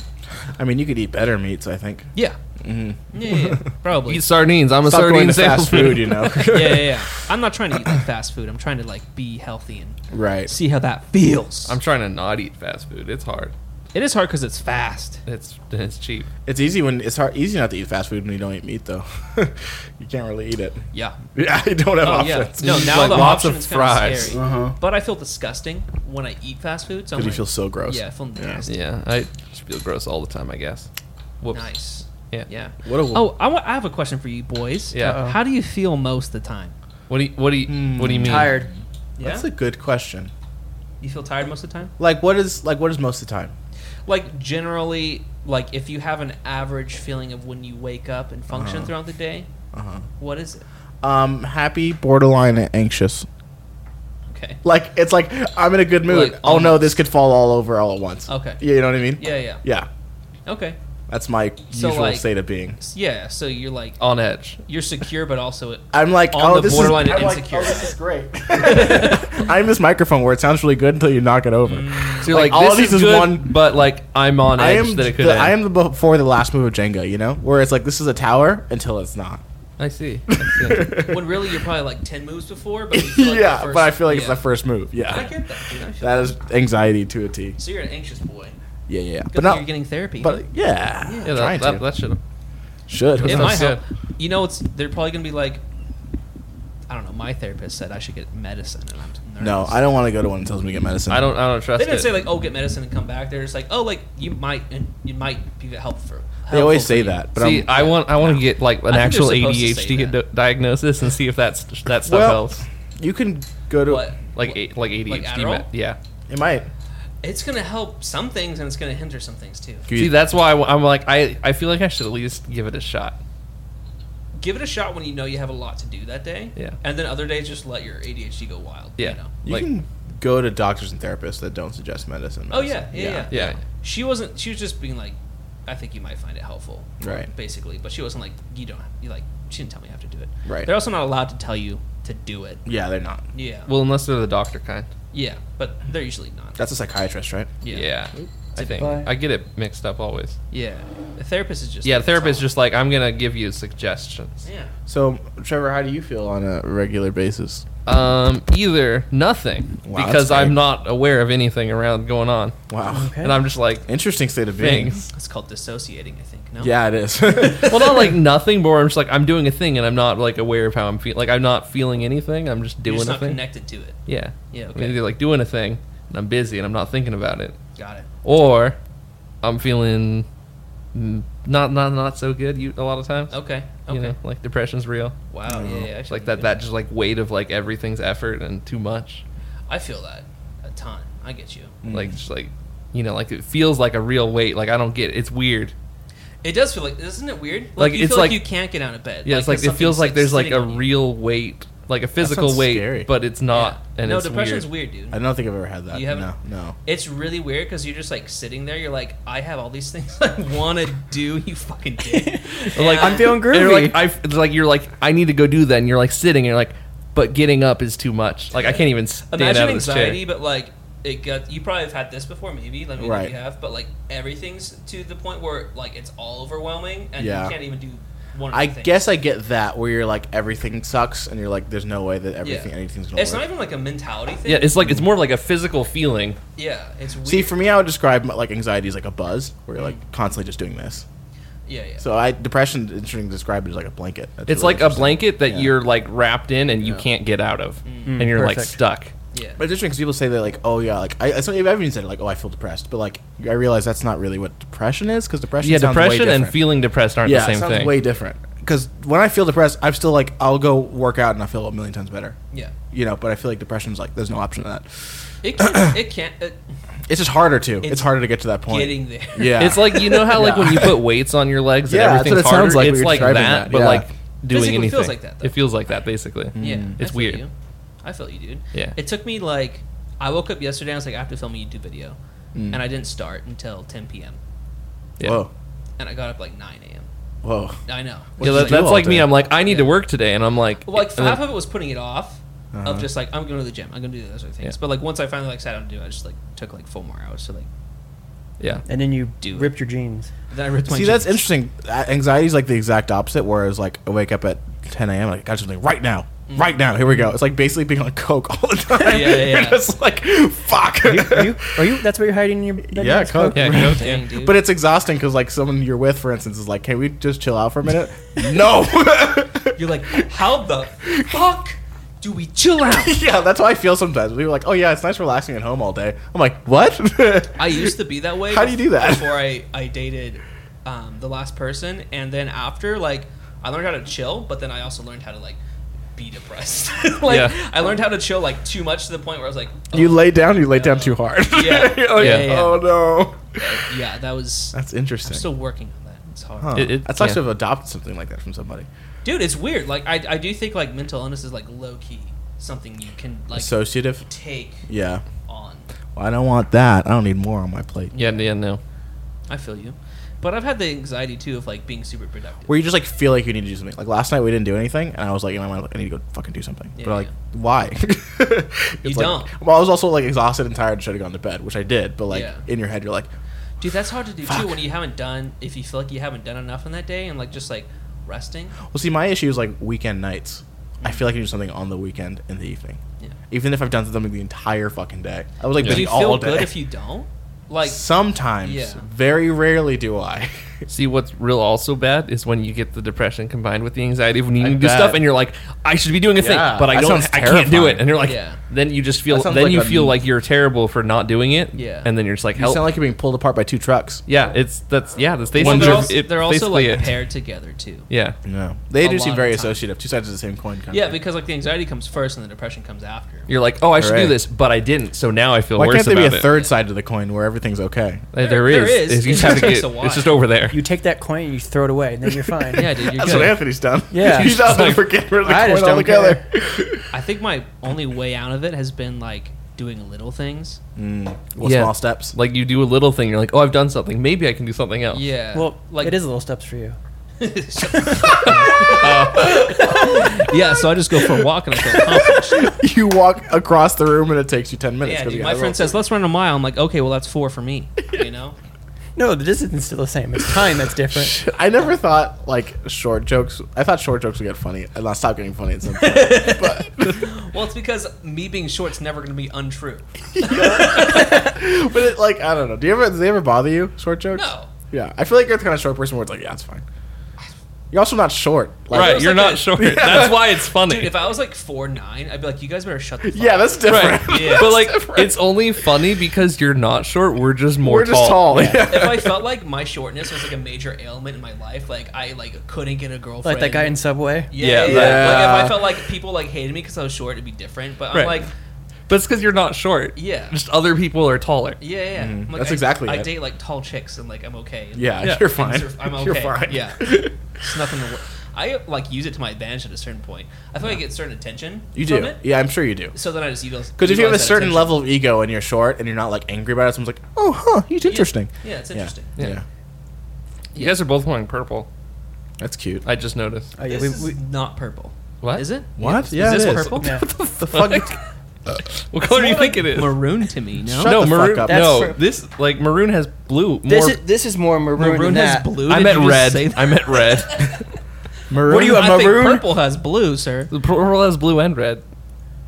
I mean, you could eat better meats, I think.
Yeah. Yeah, yeah, yeah, probably.
Eat sardines. I'm a
Stop going
sardine
to fast
salesman.
food, you know.
yeah, yeah, yeah. I'm not trying to eat like fast food. I'm trying to like be healthy and
right.
see how that feels.
I'm trying to not eat fast food. It's hard.
It is hard because it's fast.
It's it's cheap.
It's easy when it's hard. Easy not to eat fast food when you don't eat meat, though. you can't really eat it.
Yeah.
Yeah, you don't have
Oh yeah.
options.
No, now
Like
the
lots
option
of
is kind of
fries.
scary. But I feel disgusting when I eat fast food. So I'm
Because you
like,
feel so gross.
yeah, I feel nasty.
Yeah, I just feel gross all the time. I guess. Whoops.
Nice.
Yeah.
Yeah.
What a
Oh, I wa- I have a question for you boys.
Yeah. Uh-oh.
How do you feel most of the time?
What do you What do you What
Hmm.
do you mean?
Tired.
Yeah.
That's a good question.
you feel tired most of the time?
Like, what is like what is most of the time?
Like generally, like if you have an average feeling of when you wake up and function
Uh-huh.
throughout the day, what is it?
Um, happy, borderline, and anxious.
Okay.
Like it's like I'm in a good mood.
Like,
oh no,
almost.
this could fall all over all at once.
Okay.
Yeah, you know what I mean.
Yeah, yeah.
Yeah,
Okay.
that's my
So,
usual
like-
state of being.
S- Yeah. So you're like oh,
On edge.
you're secure, but also
I'm like,
on
oh,
the
this
borderline
is.
and
I'm like,
insecure.
oh, this is great. I'm this microphone where it sounds really good until you knock it over.
Mm,
So you're like,
Like, all
this
of these
is,
is
good,
one-
but like I'm on
I
edge
am.
that it could.
the-
end.
I am the before the last move of Jenga. You know, where it's like this is a tower until it's not.
I see. I see.
when really you're probably like ten moves before, but you feel like the
yeah,
first-
but I feel like it's
yeah.
the first move. Yeah.
I get that. Dude. I feel
That is anxiety to a T.
So you're an anxious boy.
Yeah, yeah, yeah.
Good
But not.
you're getting therapy.
but yeah,
yeah,
trying
that, that,
to.
that should.
should. who
it
knows?
might
good.
help. You know, it's they're probably gonna be like, I don't know. My therapist said I should get medicine, and I'm nervous.
No, I don't want to go to one that tells me to get medicine.
I don't. I don't trust.
They didn't
it.
say like, oh, get medicine and come back. They're just like, oh, like you might, and you might be helpful.
They always
helpful
say
for you.
that, but
See,
I'm,
I want. I want to get like an
I think
actual
they're supposed to say
ADHD
that.
di- diagnosis and see if that's that stuff
Well,
helps.
you can go to.
But
Like a, like ADHD.
Adderall?
med- yeah.
It might.
it's gonna help some things, and it's gonna hinder some things too.
See, that's why I, am like I. I feel like I should at least give it a shot.
Give it a shot when you know you have a lot to do that day.
Yeah.
And then other days, just let your ADHD go wild.
Yeah.
You know?
you
like-
can go to doctors and therapists that don't suggest medicine.
Oh yeah, yeah, yeah,
Yeah.
She wasn't. She was just being like, I think you might find it helpful.
Right.
Basically, but she wasn't like, you don't. You like, she didn't tell me I have to do it.
Right.
They're also not allowed to tell you to do it.
Yeah, they're not.
Yeah.
Well, unless they're the doctor kind.
yeah, but they're usually not.
That's a psychiatrist, right?
yeah.
Yeah. I
Tip
think
by.
I get it mixed up always.
Yeah. The therapist is just.
Yeah,
like,
the therapist
it's
just like I'm gonna give you suggestions.
all- Yeah.
So, Trevor, how do you feel on a regular basis?
Um, either nothing
Wow,
because
that's great.
I'm not aware of anything around going on,
Wow.
Okay.
and I'm just like
Interesting state of being.
things.
It's called dissociating, I think. No.
Yeah, it is.
well, not like nothing, but I'm just like I'm doing a thing, and I'm not like aware of how I'm feeling. Like I'm not feeling anything. I'm just
You're
doing
just
a
not
thing.
connected to it.
Yeah,
Yeah,
I'm
okay.
either like doing a thing, and I'm busy, and I'm not thinking about it,
Got it.
or I'm feeling mm, not not not so good. You a lot of times.
Okay. Okay.
You know, like depression's real.
Wow. Yeah. yeah, I
It's
should
like
be
that
doing
that just like weight of like everything's effort and too much.
I feel that a ton. I get you.
Like just like you know, like it feels like a real weight. Like I don't get it. It's weird.
It does feel like. Isn't it weird? Like,
Like,
you
it's
feel like,
like-
you can't get out of bed.
Yeah, it's like
there's
it feels
something
like there's like
sitting
a
on you.
real weight, like a physical
sounds
weight,
scary.
but it's not,
Yeah.
and
no,
it's
depression's
weird.
weird, dude.
I don't think I've ever had that.
You haven't-
No, no.
It's really weird because you're just like sitting there. You're like, I have all these things I want to do. You fucking did.
Like
I'm feeling
and you're
groovy.
Like I, it's like you're like I need to go do that, and you're like sitting, and you're like, but getting up is too much. Like I can't even stand
Imagine
out of this
anxiety,
chair.
but like it got you probably have had this before, maybe. Let me know if
Right.
you have, but like everything's to the point where like it's all overwhelming and
Yeah.
you can't even do one. Or
I
two things.
guess I get that where you're like everything sucks and you're like there's no way that everything anything's gonna
It's
work.
not even like a mentality thing.
Yeah, it's like it's more like a physical feeling.
yeah, it's weird.
See, for me, I would describe my, like anxiety as like a buzz where you're like constantly just doing this.
yeah, yeah.
So I depression interesting to describe it as like a blanket. That's
It's
really
like a
interesting.
blanket that
Yeah.
you're like wrapped in and you
Yeah.
can't get out of,
Mm.
and you're like
Perfect.
stuck.
yeah.
But it's interesting because people say that like, oh yeah, like I, I some- I've even said like, oh I feel depressed, but like I realize that's not really what depression is because depression
Yeah,
sounds way
depression and
different.
feeling depressed aren't
yeah
the
it
same
sounds
thing.
way different because when I feel depressed, I'm still like I'll go work out and I feel a million times better.
Yeah,
You know, but I feel like depression's like there's no option to that.
it can, it can't uh,
It's just harder to. It's,
It's
harder to get to that point.
getting there.
yeah,
It's like you know how like when you put weights on your legs and
Yeah, that's
everything's
what it
harder.
sounds like when
it's
you're
like that,
describing that,
but
yeah. Mm.
like doing
Physically
anything.
feels like that, though.
It feels like that basically.
Yeah, I
It's
feel
weird.
you. I felt you, dude.
Yeah.
It took me like I woke up yesterday. and I was like, I have to film a YouTube video,
Mm.
and I didn't start until 10 p.m.
Yeah.
whoa,
And I got up like 9 a.m.
whoa.
I know.
What'd
Yeah,
you
that,
do
that's
all
like me.
day?
I'm like, I need to
Yeah.
work today, and I'm like,
Well, like
and then-
half of it was putting it off,
Uh-huh.
of just like I'm going to the gym, I'm going to do those other things.
Yeah.
But like once I finally like sat down to do it, I just like took like four more hours to like.
yeah,
And then you
Do it.
ripped your jeans.
Then I ripped my
See, that's
jeans.
interesting. Anxiety is like the exact opposite. Whereas, like, I wake up at 10 a.m. Like, I got something right now, right now. Here we go. It's like basically being on coke all the time.
Mm. Yeah, yeah, yeah.
It's like fuck.
Are you, are you, are you- That's what you're hiding in your. bedroom?
Yeah,
It's
coke.
Yeah,
Dang,
coke.
dude.
but it's exhausting because like someone you're with, for instance, is like, "Can we just chill out for a minute?" no.
you're like, how the fuck do we chill out?
yeah, that's how I feel sometimes. People are like, "Oh yeah, it's nice relaxing at home all day." I'm like, "What?"
I used to be that way.
How do you do that?
Before I I dated um, the last person, and then after, like, I learned how to chill, but then I also learned how to like be depressed. like,
Yeah.
I learned how to chill like too much to the point where I was like, oh,
you lay down. You lay down too hard.
Yeah.
You're like,
Yeah,
yeah.
Oh no.
yeah, that was.
That's
I'm
interesting.
still working on that. It's hard,
Huh.
It- it-
I'd like
yeah.
to have adopted something like that from somebody.
dude. It's weird. Like, I I do think like mental illness is like low key something you can like
Associative.
take
Yeah.
on.
Well, I don't want that. I don't need more on my plate.
yeah, yeah, no.
I feel you, but I've had the anxiety too of like being super productive.
Where you just like feel like you need to do something. Like last night we didn't do anything, and I was like in my mind, like, I need to go fucking do something.
Yeah,
but like,
yeah.
why? It's like-
don't.
Well, I was also like exhausted and tired and should have gone to bed, which I did. But like
Yeah.
in your head, you're like,
Dude, that's hard to do
Fuck.
too when you haven't done. If you feel like you haven't done enough on that day, and like just like resting.
well, see, my issue is like weekend nights. I feel like I do something on the weekend in the evening,
Yeah.
even if I've done something the entire fucking day. I was like
Yeah.
Do
busy
you feel
all day.
good if you don't? Like,
Sometimes,
Yeah.
very rarely do I.
See, what's real also bad is when you get the depression combined with the anxiety of when you
I
need to do stuff,
bet.
and you're like, I should be doing a thing,
Yeah,
but I
that
don't,
sounds
I can't do
terrifying.
it, and you're like,
Yeah.
then you just feel,
That sounds
then
like
you
a-
feel like you're terrible for not doing it,
Yeah.
and then you're just like,
you
help.
sound like you're being pulled apart by two trucks.
yeah, it's that's yeah, that's
well,
basically
they're also,
it,
they're also
basically
like
it.
paired together too.
Yeah,
No, they
A
do
lot
seem
of
very
the time.
associative. Two sides of the same coin. Kind
Yeah, because like the anxiety comes first and the depression comes after.
you're like, oh, I should do
Right.
this, but I didn't, so now I feel
Why
worse
can't there be
about
a
it.
third side to the coin where everything's okay?
There,
There-
there is.
there is.
It's- You
It
just have to
just takes
get.
a while.
It's just over there.
You take that coin and you throw it away, and then you're fine.
Yeah, dude, you're
That's what
good.
Anthony's done.
Yeah.
he's
Just
just like,
like,
forgetting where the
I
coin
just don't
altogether.
I think my only way out of it has been like doing little things.
Well,
Yeah.
Mm. small steps.
like you do a little thing, you're like, oh, I've done something. Maybe I can do something else.
Yeah.
Well,
like
it is little steps for you.
yeah. So I just go for a walk and I feel accomplished.
you walk across the room and it takes you ten minutes.
yeah,
'cause
dude,
you
my
gotta
friend
roll.
says let's run a mile. I'm like, okay, well that's four for me. You know.
No, the distance is still the same. It's time that's different.
I never thought like short jokes. I thought short jokes would get funny, and I stopped getting funny at some point.
Well, it's because me being short's never going to be untrue.
but it, like, I don't know. Do you ever? Do they ever bother you? Short jokes?
No.
Yeah, I feel like you're the kind of short person where it's like, yeah, it's fine. You're also not short. Like,
Right,
was
you're
like
not
a-
short. That's why it's funny.
Dude, if I was like four nine, I'd be like, you guys better shut the fuck
Yeah,
up.
that's different.
Right.
Yeah.
But like,
different.
it's only funny because you're not short. We're just more.
We're just tall.
if I felt like my shortness was like a major ailment in my life, like I like couldn't get a girlfriend.
Like that guy in Subway.
Yeah, yeah.
Yeah.
Yeah.
Like if I felt like people like hated me because I was short, it'd be different. But I'm
Right.
like,
But it's because you're not short.
Yeah.
Just other people are taller.
yeah, yeah. I'm like,
Mm, That's
I-
exactly
I
it.
date like tall chicks and like I'm okay.
Yeah,
Yeah.
you're fine.
I'm okay.
You're fine.
Yeah. It's nothing. To wor- I like use it to my advantage at a certain point. I feel like I get certain attention.
You
from
do.
it,
Yeah, I'm sure you do.
so then I just utilize.
Because if you have a
utilize that
certain
attention.
level of ego and you're short and you're not like angry about it, someone's like, "Oh, huh, he's interesting."
Yeah, it's interesting.
Yeah.
Yeah. You guys are both wearing purple.
that's cute.
I just noticed.
Oh, yeah,
This
we,
is
we,
not purple.
What
Is it?
What?
Yeah,
Yeah,
is
it
this
is.
purple?
yeah.
the fuck?
What color do you think it is?
Maroon to me. No.
Shut
no,
the fuck
maroon.
up.
That's
No,
for-
this like maroon has blue. More.
this is this is more maroon.
Maroon
than
has
that.
blue.
I
Did
meant
you just
red.
say that?
I meant red.
Maroon.
What do you have,
I think
maroon?
purple has blue, sir.
The purple has blue and red.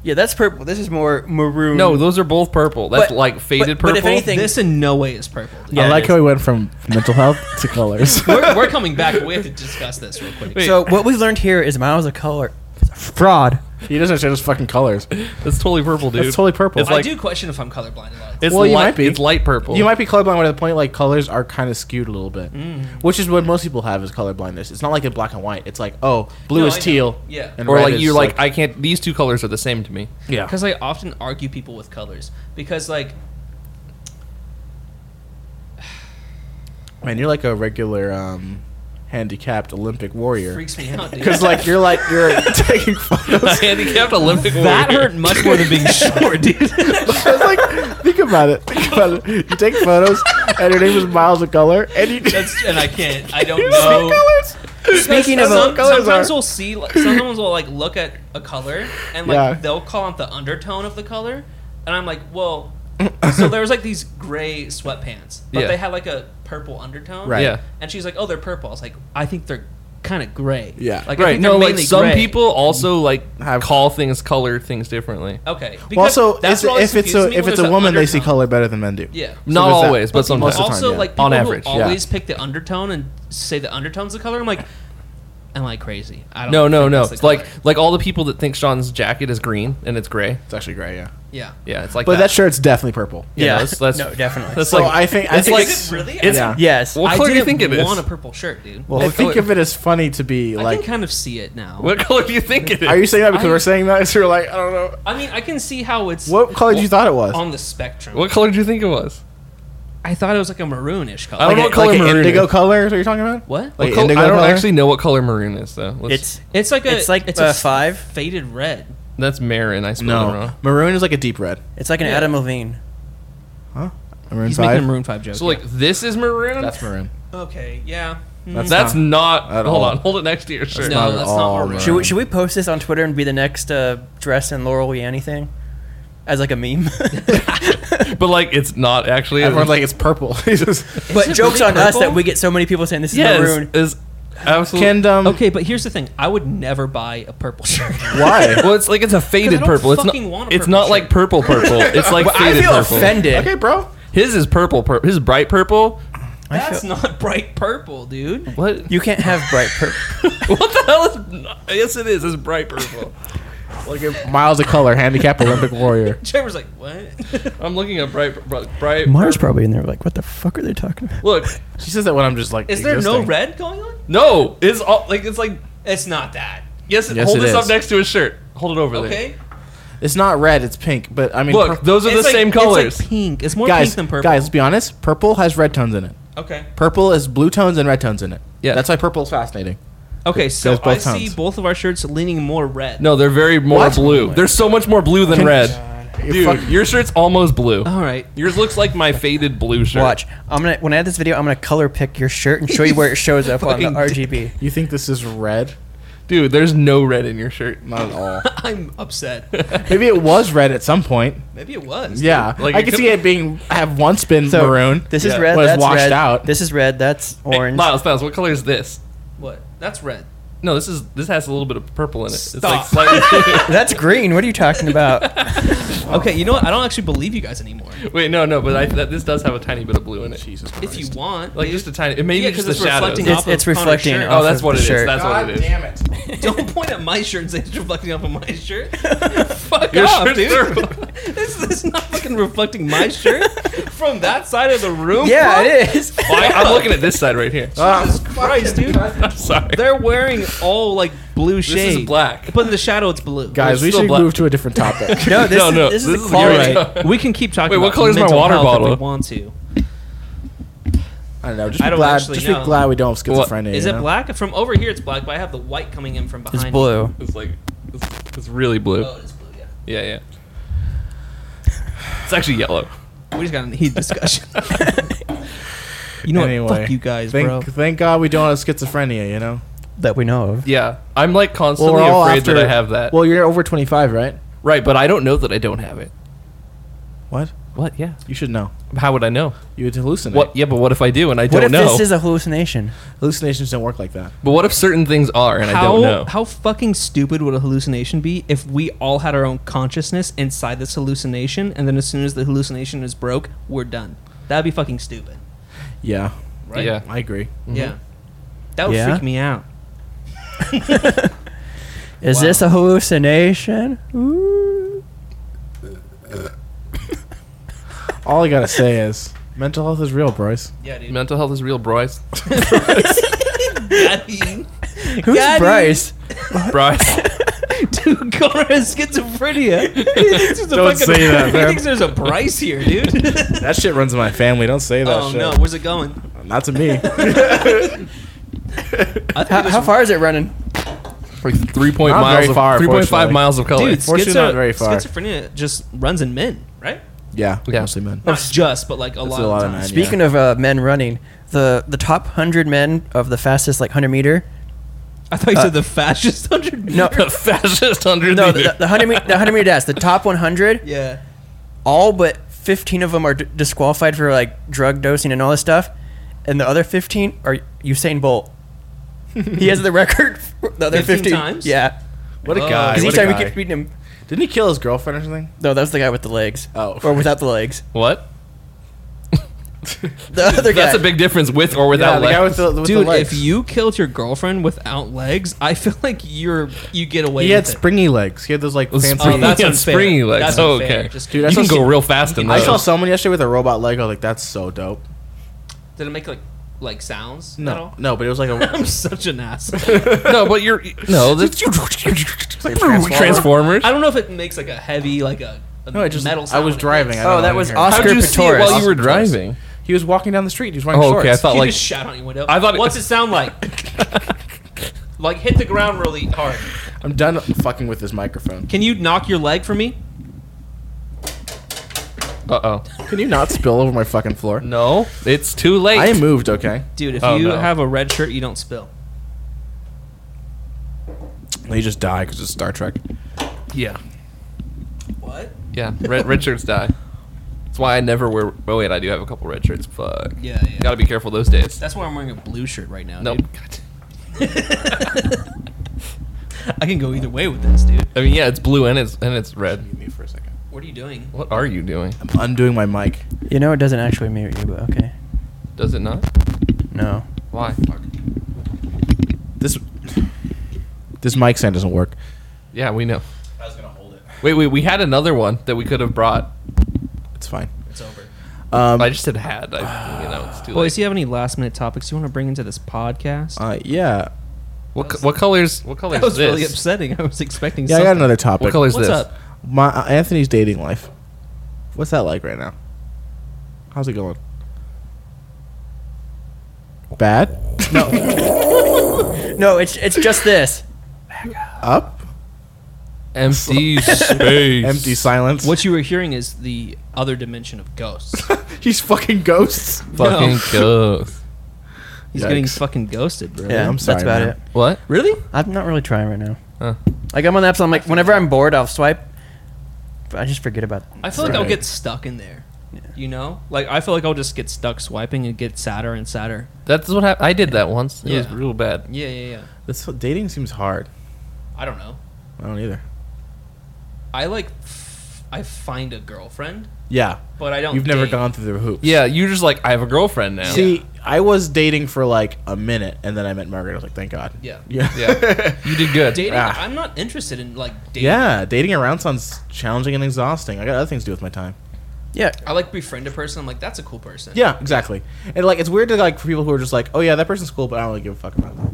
Yeah, that's purple. This is more maroon.
No, those are both purple. That's
Mm. But-
like faded
but-
purple.
but if anything-
This in no way is purple. dude.
I
Yeah,
like
it
how we went from mental health to colors.
we're, we're coming back. We have to discuss this real quick.
Wait.
So what we've learned here is Miles of Color is a fraud.
He doesn't understand his fucking colors.
That's totally purple, dude.
That's totally purple.
It's like-
I do question if I'm colorblind a lot.
It's
Well, you
light,
might be.
It's light purple.
you might be colorblind, but at the point like colors are kind of skewed a little bit, which is what most people have is color blindness. It's not like in black and white. It's like oh, blue
No,
is
I know.
teal,
Yeah.
and
or
red
like
is,
you like, I can't. These two colors are the same to me.
yeah,
Because I often argue people with colors because like
man, you're like a regular um, handicapped Olympic warrior.
freaks me out. dude.
Because like you're like you're taking photos.
Handicapped Olympic
that
warrior.
hurt much more than being short, dude.
I was like, think about it. Think about it. You take photos, and your name is Miles of Color, and you
That's and I can't. I don't
you see
know.
colors.
Speaking of
some,
colors
sometimes
are-
we'll see like sometimes we'll like look at a color and like
Yeah.
they'll call out the undertone of the color and i'm like well so there was like these gray sweatpants but
Yeah.
they had like a purple undertone
Right.
Yeah.
and she's like oh they're purple i was like i think they're kind of gray
Yeah.
like I
Right.
think they're
No, like
mainly
some
gray.
people also like
Have-
call things, color things differently.
okay
Well,
because
also,
that's
it's,
what always
if it's
confuses
a
me
if
when
it's a
there's an
woman, they see
undertone.
color better than men do.
yeah
Not
there's that.
always, but
But most of
sometimes.
the time.
also
yeah.
like people
On
who
average, yeah.
always pick the undertone and say the undertone's the color i'm like am i crazy i don't
No, no,
think
no.
that's the
It's like
color.
like all the people that think Sean's jacket is green and it's gray.
It's actually gray, yeah.
yeah
Yeah, it's like
But
that.
that shirt's definitely purple.
Yeah, that's- that's-
no, definitely.
that's
So
like
I think I
it's
think
like-
it's-
is it really
it's-
yeah.
yes.
What
I
color do you
didn't
think it is?
want a purple shirt, dude.
Well,
I
think
feel-
of it as funny to be
I
like.
can kind of see it now.
What color do you think it is?
are you saying that because
I-
we're saying that? So we're like, I don't know.
I mean, I can see how it's.
What color did you thought it was?
On the spectrum.
what color do you think it was?
I thought it was like a maroonish color.
I don't
like
know
a-
what color
like an
maroon
indigo
is.
color? Is what you're talking about?
What?
Like
What col-
indigo
I don't
color?
actually know what color maroon is though. Let's-
It's
It's like a.
It's like,
it's
uh,
a
five.
faded red.
that's marin. I spelled it
No,
wrong.
maroon is like a deep red.
it's like an
Yeah.
Adam Levine.
Huh? Maroon
He's
five.
making a maroon five joke.
So like this is maroon.
That's maroon.
okay, yeah. Mm.
That's,
That's
not.
not.
At
hold
all.
on. Hold it next to your shirt.
no,
not at
that's
all
not maroon.
maroon.
Should we, should we post this on Twitter and be the next uh, dress in Laurel Yanny thing? As like a meme?
But like it's not actually.
Everyone's like it's purple. He's just-
but
it
joke's
really
on us
purple?
that we get so many people saying this is
yes,
maroon.
is absolutely.
Can um
Okay, but here's the thing. I would never buy a purple shirt.
why?
well, it's like it's a faded
don't
purple. It's not.
fucking want a
It's
purple
not
shirt.
like purple purple. It's like
But I
faded
feel
purple.
Offended.
okay, bro.
His is purple. Pur- his is bright purple.
That's not bright purple, dude.
What?
You can't have bright purple.
what the hell is? Yes, it is. It's bright purple.
Look at Miles of color, handicap Olympic warrior.
Trevor's like, what?
I'm looking at bright bright. bright
Mara's probably in there like, what the fuck are they talking about?
Look,
She says that when I'm just like.
Is there no
existing.
red going on?
no, it's all like it's like
It's not that.
yes.
Yes,
hold
it
this
is.
up next to his shirt. Hold it over there.
Okay.
It's not red. It's pink. But I mean,
Look,
pur-
those are the
It's like-
same colors.
It's like pink. It's more
guys.
pink than purple.
Guys, let's be honest. Purple has red tones in it.
Okay.
Purple is blue tones and red tones in it.
Yeah.
that's why purple is fascinating.
Okay, so
There's both
I see
tones.
both of our shirts leaning more red.
no, they're very more
What?
blue. They're so much more blue than
Can-
red. Dude,
fuck- Oh.
your shirt's almost blue.
All right.
Yours looks like my faded blue shirt.
Watch. I'm gonna when I edit this video, I'm gonna color pick your shirt and show you where it shows up on the
Fucking d-
RGB.
You think this is red?
Dude, there's no red in your shirt.
Not at all.
I'm upset.
Maybe it was red at some point.
Maybe it was.
Yeah,
Like,
I
it
can
could-
see it being have once been
So,
maroon.
This is
Yeah.
red.
Was
that's
washed
red.
out.
This is red. That's
Hey,
orange.
Miles, Miles, what color is this?
What? That's red.
No, this is this has a little bit of purple in it. It's like
Stop.
slightly
that's green. What are you talking about?
Okay, you know what? I don't actually believe you guys anymore.
Wait, no, no, but I, that, this does have a tiny bit of blue in it.
Jesus
If you
Christ.
want,
Like
dude,
just a tiny. It may
Yeah,
be just
'cause
the
it's reflecting
shadows.
off
it's it's
of Connor's
reflecting.
shirt.
off
Oh, that's
of
what
the
it is.
shirt.
That's what it is.
it!
don't point at my shirt and say it's reflecting off of my shirt. Fuck
Your
off,
shirt's
dude.
purple.
this, this is not fucking reflecting my shirt from that side of the room.
yeah,
bro?
it is.
Oh, I, am looking at this side right here.
Ah.
Jesus Christ, dude.
I'm sorry.
They're wearing all like blue
This
shades.
is black.
But in the shadow, it's blue.
Guys,
It's
we
still
should
black.
move to a different topic.
No, this
No,
is,
no,
this is
this
the
is
color.
your-
Right.
Alright, we can keep talking.
Wait, what
about
color is my
mental
water
health if
bottle?
We want to?
I don't know. Just
I
be
don't
glad.
actually
Just
know.
be glad we don't have
What-
schizophrenia.
Is
you
it
know?
black? From over here, it's black, but I have the white coming in from behind.
It's
me.
blue.
It's like it's, it's really blue.
Oh, it's blue.
Yeah,
Yeah.
yeah. It's actually yellow.
We just got a heated discussion. you know what?
Anyway,
Fuck you guys,
Thank,
bro.
thank God we don't have schizophrenia. You know.
That we know of.
Yeah, I'm like constantly afraid that I have that.
Well, you're over 25, right?
right, but I don't know that I don't have it.
What?
What? Yeah.
You should know.
How would I know?
You would hallucinate.
What? Yeah, but what if I do and I
What
don't
if
know?
this is a hallucination?
Hallucinations don't work like that.
but what if certain things are and I
how
don't know?
how fucking stupid would a hallucination be if we all had our own consciousness inside this hallucination, and then as soon as the hallucination is broke, we're done. That'd be fucking stupid,
Yeah,
right?
Yeah. Mm-hmm.
I agree.
yeah. That would
Yeah?
freak me out.
Is
Wow.
this a hallucination? Ooh.
All I gotta say is mental health is real, Bryce.
Yeah, dude.
Mental health is real, Bryce.
Daddy.
Who's
Got it.
Bryce?
Bryce.
Dude, Cora has schizophrenia. He thinks there's a
Don't
fucking-
say that,
He
man.
thinks there's a Bryce here, dude.
That shit runs in my family. Don't say that
oh
shit.
no, where's it going?
Not to me.
I think
How,
it was-
how far is it running?
For three point
Not
miles
very
of,
far,
three point five
fortunately.
miles of color.
dude?
Fortunately,
schizo-
not very far.
Schizophrenia just runs in men, right?
yeah,
Yeah.
mostly men.
Not just, but like a lot,
a lot
of
of
times.
men.
Speaking of uh, men running, the the top hundred men of the fastest like hundred meter.
I thought you
Uh,
said the fascist hundred.
No,
the fastest hundred
No,
no,
the, the hundred meter, the hundred meter dash, the top one hundred.
Yeah.
All but fifteen of them are d- disqualified for like drug dosing and all this stuff, and the other fifteen are Usain Bolt. he has the record. For the other
15
fifteen
times?
Yeah,
What a
Oh.
guy!
Hey,
because
What
each
a
time we
guy.
keep beating him.
Didn't he kill his girlfriend or something?
No, that was the guy with the legs.
Oh.
or without the legs.
What?
The other guy.
That's a big difference with or without
yeah, the guy
legs.
with the, with
Dude,
the legs.
if you killed your girlfriend without legs, I feel like you're you get away.
he had
with it.
springy legs. He had those like
Oh,
fancy.
Oh, that's
Yeah,
unfair.
springy legs.
That's
Oh,
unfair.
okay.
Just
Dude,
you
that's
can
what-
go real fast in
I
those.
saw someone yesterday with a robot leg. I was like, that's so dope.
Did it make like like sounds? at
No,
all?
no, but it was like a.
I'm such an asshole.
no, but you're no. That's,
Transformer?
Transformers.
I don't know if it makes like a heavy like a, a
No, it just.
metal.
I
Sound
was
it
driving.
makes.
I don't
Oh,
know
that
if
was
you heard.
Oscar
How'd you see it
Pistorius.
while
While you were driving,
He was walking down the street. He was wearing
Oh,
shorts.
okay, I thought
You
like
just shout out your window.
I thought it-
What's it sound like? like hit the ground really hard.
I'm done fucking with this microphone.
Can you knock your leg for me?
uh oh.
Can you not spill over my fucking floor?
No, it's too late.
I moved, okay?
Dude, if
Oh,
you
no.
have a red shirt, you don't spill.
They just die because it's Star Trek.
yeah,
What?
yeah. Red, red shirts die. That's why I never wear. Oh wait, I do have a couple red shirts. Fuck.
Yeah, yeah.
Gotta be careful those days.
That's why I'm wearing a blue shirt right now.
Nope.
dude.
God.
I can go either way with this, dude.
I mean, yeah, it's blue and it's and it's red.
Mute me for a second.
What are you doing?
What are you doing?
I'm undoing my mic.
You know, it doesn't actually mute you, but okay.
Does it not?
No.
Why?
This this mic stand doesn't work.
Yeah, we know.
I was gonna hold it.
Wait, wait. We had another one that we could have brought.
It's fine.
It's over.
Um,
I just said had. I, you know, it's too
Boys,
late.
do you have any last minute topics you want to bring into this podcast?
uh, yeah.
What, co- what colors? What color
that
is
was
this?
really upsetting. I was expecting
Yeah, I
something.
got another topic.
What color is
What's
this?
up?
My uh, Anthony's dating life. What's that like right now? How's it going? Bad?
No, it's it's just this.
Up?
Empty space.
Empty silence.
What you were hearing is the other dimension of ghosts.
He's fucking ghosts.
Fucking
No.
ghost.
He's getting
Yikes.
fucking ghosted, bro.
Yeah, I'm sorry,
That's about
man.
it.
What?
Really?
I'm not really trying right now.
Huh.
Like I'm on the apps. I'm like, whenever I'm bored, I'll swipe. But I just forget about.
I feel like I'll
Right.
get stuck in there. You know? Like I feel like I'll just get stuck swiping and get sadder and sadder.
That's what hap I did that once. It was
Yeah.
real bad.
Yeah, yeah, yeah.
This dating seems hard.
I don't know.
I don't either.
I like f- I find a girlfriend,
Yeah.
but I don't
You've never
date.
gone through the hoops.
Yeah, you're just like I have a girlfriend now.
See, I was dating for like a minute, and then I met Margaret. I was like, thank God.
Yeah.
Yeah.
yeah, you did good.
Dating
Ah.
I'm not interested in like dating.
Yeah, dating around sounds challenging and exhausting. I got other things to do with my time.
Yeah.
I like befriend a person, I'm like, that's a cool person.
Yeah, exactly. And like, it's weird to like for people who are just like, oh yeah, that person's cool, but I don't really give a fuck about them.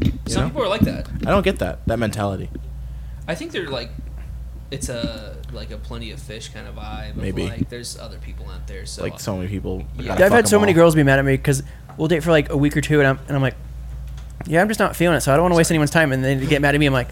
You
Some
know?
people are like that.
I don't get that that mentality.
I think they're like it's a like a plenty of fish kind of vibe. of,
Maybe.
like there's other people out there. So
Like so many people. I
Yeah.
gotta
Yeah, I've
fuck
had so
'em
many
all.
girls be mad at me because we'll date for like a week or two, and I'm and I'm like, yeah, I'm just not feeling it, so I don't want to waste anyone's time. And then they get mad at me. I'm like,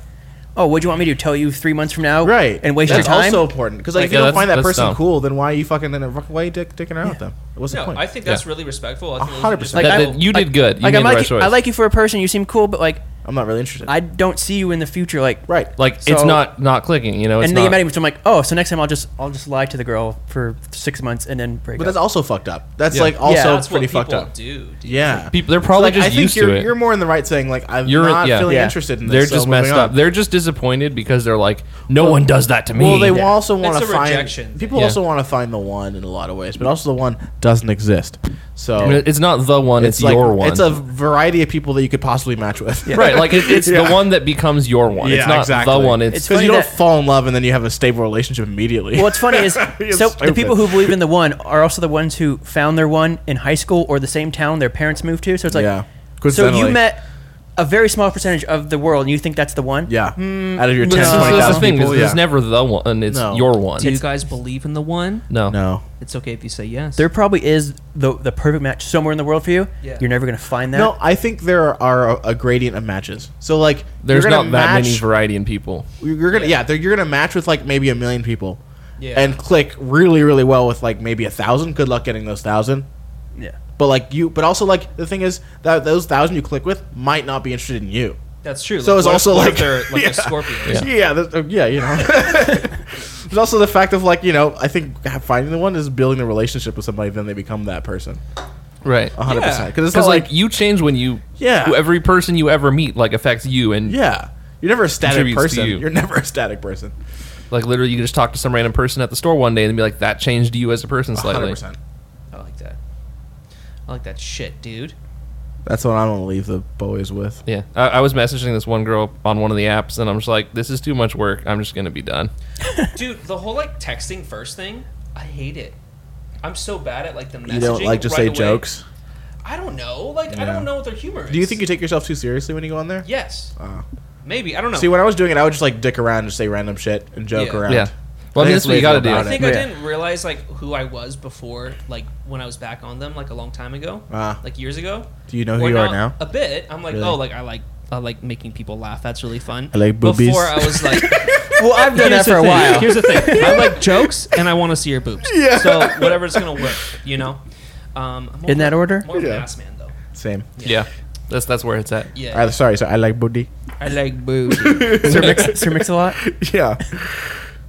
oh, what do you want me to do? Tell you three months from now,
Right.
And waste
That's
your time.
also important because like, if
Like, yeah,
you don't
that's-
find that
that's
person
dumb.
cool, then why are you fucking then why are you dick, dicking around with them? What's the
No,
point?
I think that's
Yeah.
really respectful. I
A
think those are
hundred
just-
percent.
That-
I-
that- you did good. You
like
made
I
the right
like you,
choice.
I like you for a person. You seem cool, but like
I'm not really interested.
I don't see you in the future. Like
right.
like
So-
it's not not clicking. You know, it's
and they get
not.
mad at me, so I'm like, oh, so next time I'll just I'll just lie to the girl for six months and then break
But
up.
that's also fucked up. That's
Yeah.
like also
Yeah,
that's
pretty
what
fucked
people
up.
do. dude.
Yeah.
People, they're probably
like,
just
I think
used
you're,
to it.
you're more in the right saying like I'm
You're-
not
yeah.
feeling
Yeah.
interested in this.
they're
so
just
moving
messed
on.
up. They're just disappointed because they're like, no one does that to me.
well, they
yeah.
also want
It's
to
a
find
rejection thing.
people
Yeah.
also want to find the one in a lot of ways, but also the one doesn't exist. So
I mean, it's not the one. It's,
like-
your one.
It's a variety of people that you could possibly match with.
right. Like it, it's
Yeah.
the one that becomes your one.
Yeah,
it's not
exactly.
the one. It's,
It's
Because you
funny
don't
that-
fall in love and then you have a stable relationship immediately.
Well, what's funny is so
It's
the
stupid.
people who believe in the one are also the ones who found their one in high school or the same town their parents moved to. So it's like,
Yeah.
so you
Coincidentally.
met a very small percentage of the world, and you think that's the one?
Yeah. Out of your 10,
But this is- this is the
20,000
thing.
people.
is It's
yeah.
never the one. It's
No.
your one.
Do you guys believe in the one?
no.
No.
It's okay if you say yes.
There probably is the the perfect match somewhere in the world for you.
Yeah.
You're never gonna find that.
No, I think there are a, a gradient of matches. So like,
There's
you're
not
gonna
that
match,
many variety in people.
You're gonna yeah, they're- you're gonna match with like maybe a million people,
Yeah.
and click really really well with like maybe a thousand. Good luck getting those thousand.
Yeah.
But like you, but also like the thing is that those thousand you click with might not be interested in you.
That's true.
So
Like,
it's
what if-
also
what if
like-
they're like
Yeah.
a Scorpio. or
Yeah,
something?
yeah, that's- uh, yeah you know. There's also the fact of like you know I think finding the one is building a relationship with somebody, then they become that person,
Right.
a hundred
Yeah.
percent. Because it's not
Because
like,
like you change when you
Yeah.
who- every person you ever meet like affects you and
yeah, you're never a static
Contributes to
person.
you.
You're never a static person.
like literally you can just talk to some random person at the store one day and be like that changed you as a person
A hundred
slightly.
percent.
I like that. I like that shit, dude.
That's what I'm gonna leave the boys with.
Yeah, I, I was messaging this one girl on one of the apps and I'm just like this is too much work. I'm just gonna be done.
Dude, the whole like texting first thing, I hate it. I'm so bad at like the messaging.
You don't like just
right
say
away.
jokes.
I don't know. Like I
Yeah.
don't know what their humor is.
Do you think you take yourself too seriously when you go on there?
Yes.
Uh.
Maybe I don't know.
See, when I was doing it, I would just like dick around and say random shit and joke
Yeah.
around.
Yeah. Well, I mean,
think
that's
the
what
way
you gotta
feel
do.
about
I
it.
think I
Yeah.
didn't realize like who I was before, like when I was back on them, like a long time ago,
Ah.
like years ago.
Do you know who
Or
you are
not-
now?
A bit. I'm like,
Really?
oh, like I like I like making people laugh. That's really fun.
I like boobies.
Before I was like,
Well, I've done that
here's
for
the
a
thing.
while.
Here's the thing. I like jokes, and I want to see your boobs.
Yeah.
So whatever's gonna work, you know. Um, I'm
In
more of a-
that order?
More of an
Yeah.
ass man though.
Same.
Yeah, that's that's where it's at.
Uh, Yeah.
Uh, sorry, so I like booty.
I like boobs.
Sir Mix, Sir Mix a lot.
yeah.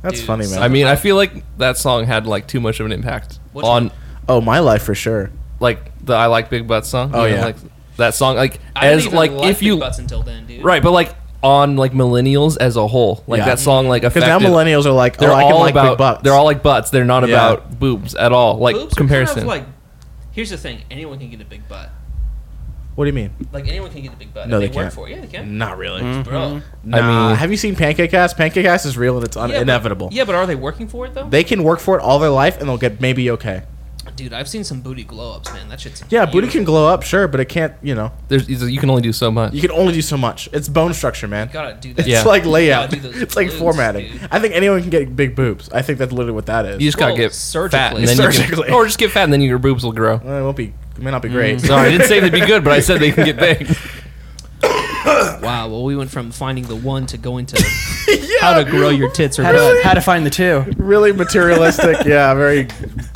That's
Dude,
funny, man.
so-
I mean, I feel like that song had like too much of an impact
Which
on
one?
oh, my life for sure.
like the I like big butts song.
Oh,
You know,
yeah.
like that song. Like
I didn't
as
even
like
like
if you
big butts until then, dude.
right, but like on like millennials as a whole, like
Yeah.
that song like
Because
affected.
now millennials are like,
they're
oh, I can
all
like
about
big butts.
they're all like butts. They're not
Yeah.
about boobs at all. Like
Boobs are kind of,
comparison.
like, here's the thing. Anyone can get a big butt.
what do you mean?
Like anyone can get a big butt.
No,
if
they
they, work
can't. Mm-hmm.
for it. Yeah, they can.
Not really.
Mm.
Bro.
Nah.
mean-
have you seen Pancake Ass? Pancake Ass is real and it's un-
Yeah, but-
inevitable.
yeah, but are they working for it though?
They can work for it all their life and they'll get maybe okay.
Dude, I've seen some booty glow ups, man. That shit's
Yeah, booty
beautiful.
can glow up, sure, but it can't, you know.
There's you can only do so much.
You can only do so much. It's bone structure, man.
You gotta do that.
It's
Yeah.
like
Gotta
layout.
do those
It's like
balloons,
formatting.
dude.
I think anyone can get big boobs. I think that's literally what that is.
You just gotta
Well,
get fat,
surgically.
and then You
Surgically.
can, or just get fat, and then your boobs will grow.
Well, it won't be. It may not be great.
No, Mm, I didn't say they'd be good, but I said they can get big.
Wow, well, we went from finding the one to going to
yeah.
how to grow your tits or
How to, how to find the two?
Really materialistic. yeah. Very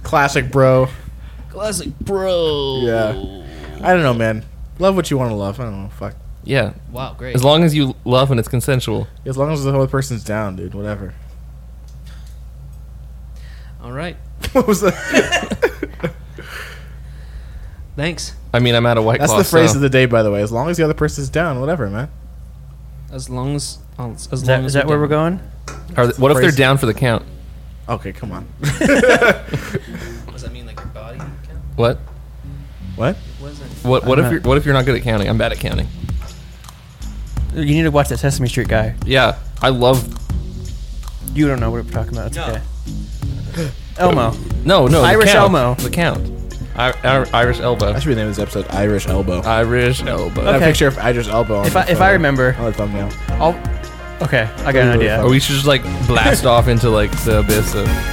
classic, bro.
Classic, bro.
Yeah. I don't know, man. Love what you want to love. I don't know. Fuck.
Yeah,
Wow, great.
as long as you love and it's consensual.
As long as the whole person's down, dude. Whatever.
All right.
What was that?
Thanks.
I mean, I'm out of white
That's
Claw,
the phrase
so-
of the day, by the way. As long as the other person's down, whatever, man.
As long as oh, as, as
Is that,
long
is
as
that where we're
done.
going?
Are they- what if they're
Phrase-
down for the count?
Okay, come on.
Does that mean like your body? count?
What?
what?
What is it?
What? What
I'm
if
not-
you're? What if you're not good at counting? I'm bad at counting.
You need to watch that Sesame Street guy.
Yeah, I love.
You don't know what we're talking about. It's
No.
okay. Elmo.
No, no. the
Irish
count,
elbow.
The count. I, I, Irish elbow.
That should be the name of this episode. Irish elbow.
Irish elbow.
That
Okay.
picture of Irish elbow. on
If
the
I- if
photo. Oh,
I remember-
on the thumbnail.
I'll, okay, I got an
Really
idea.
Or we should just like blast off into like the abyss of.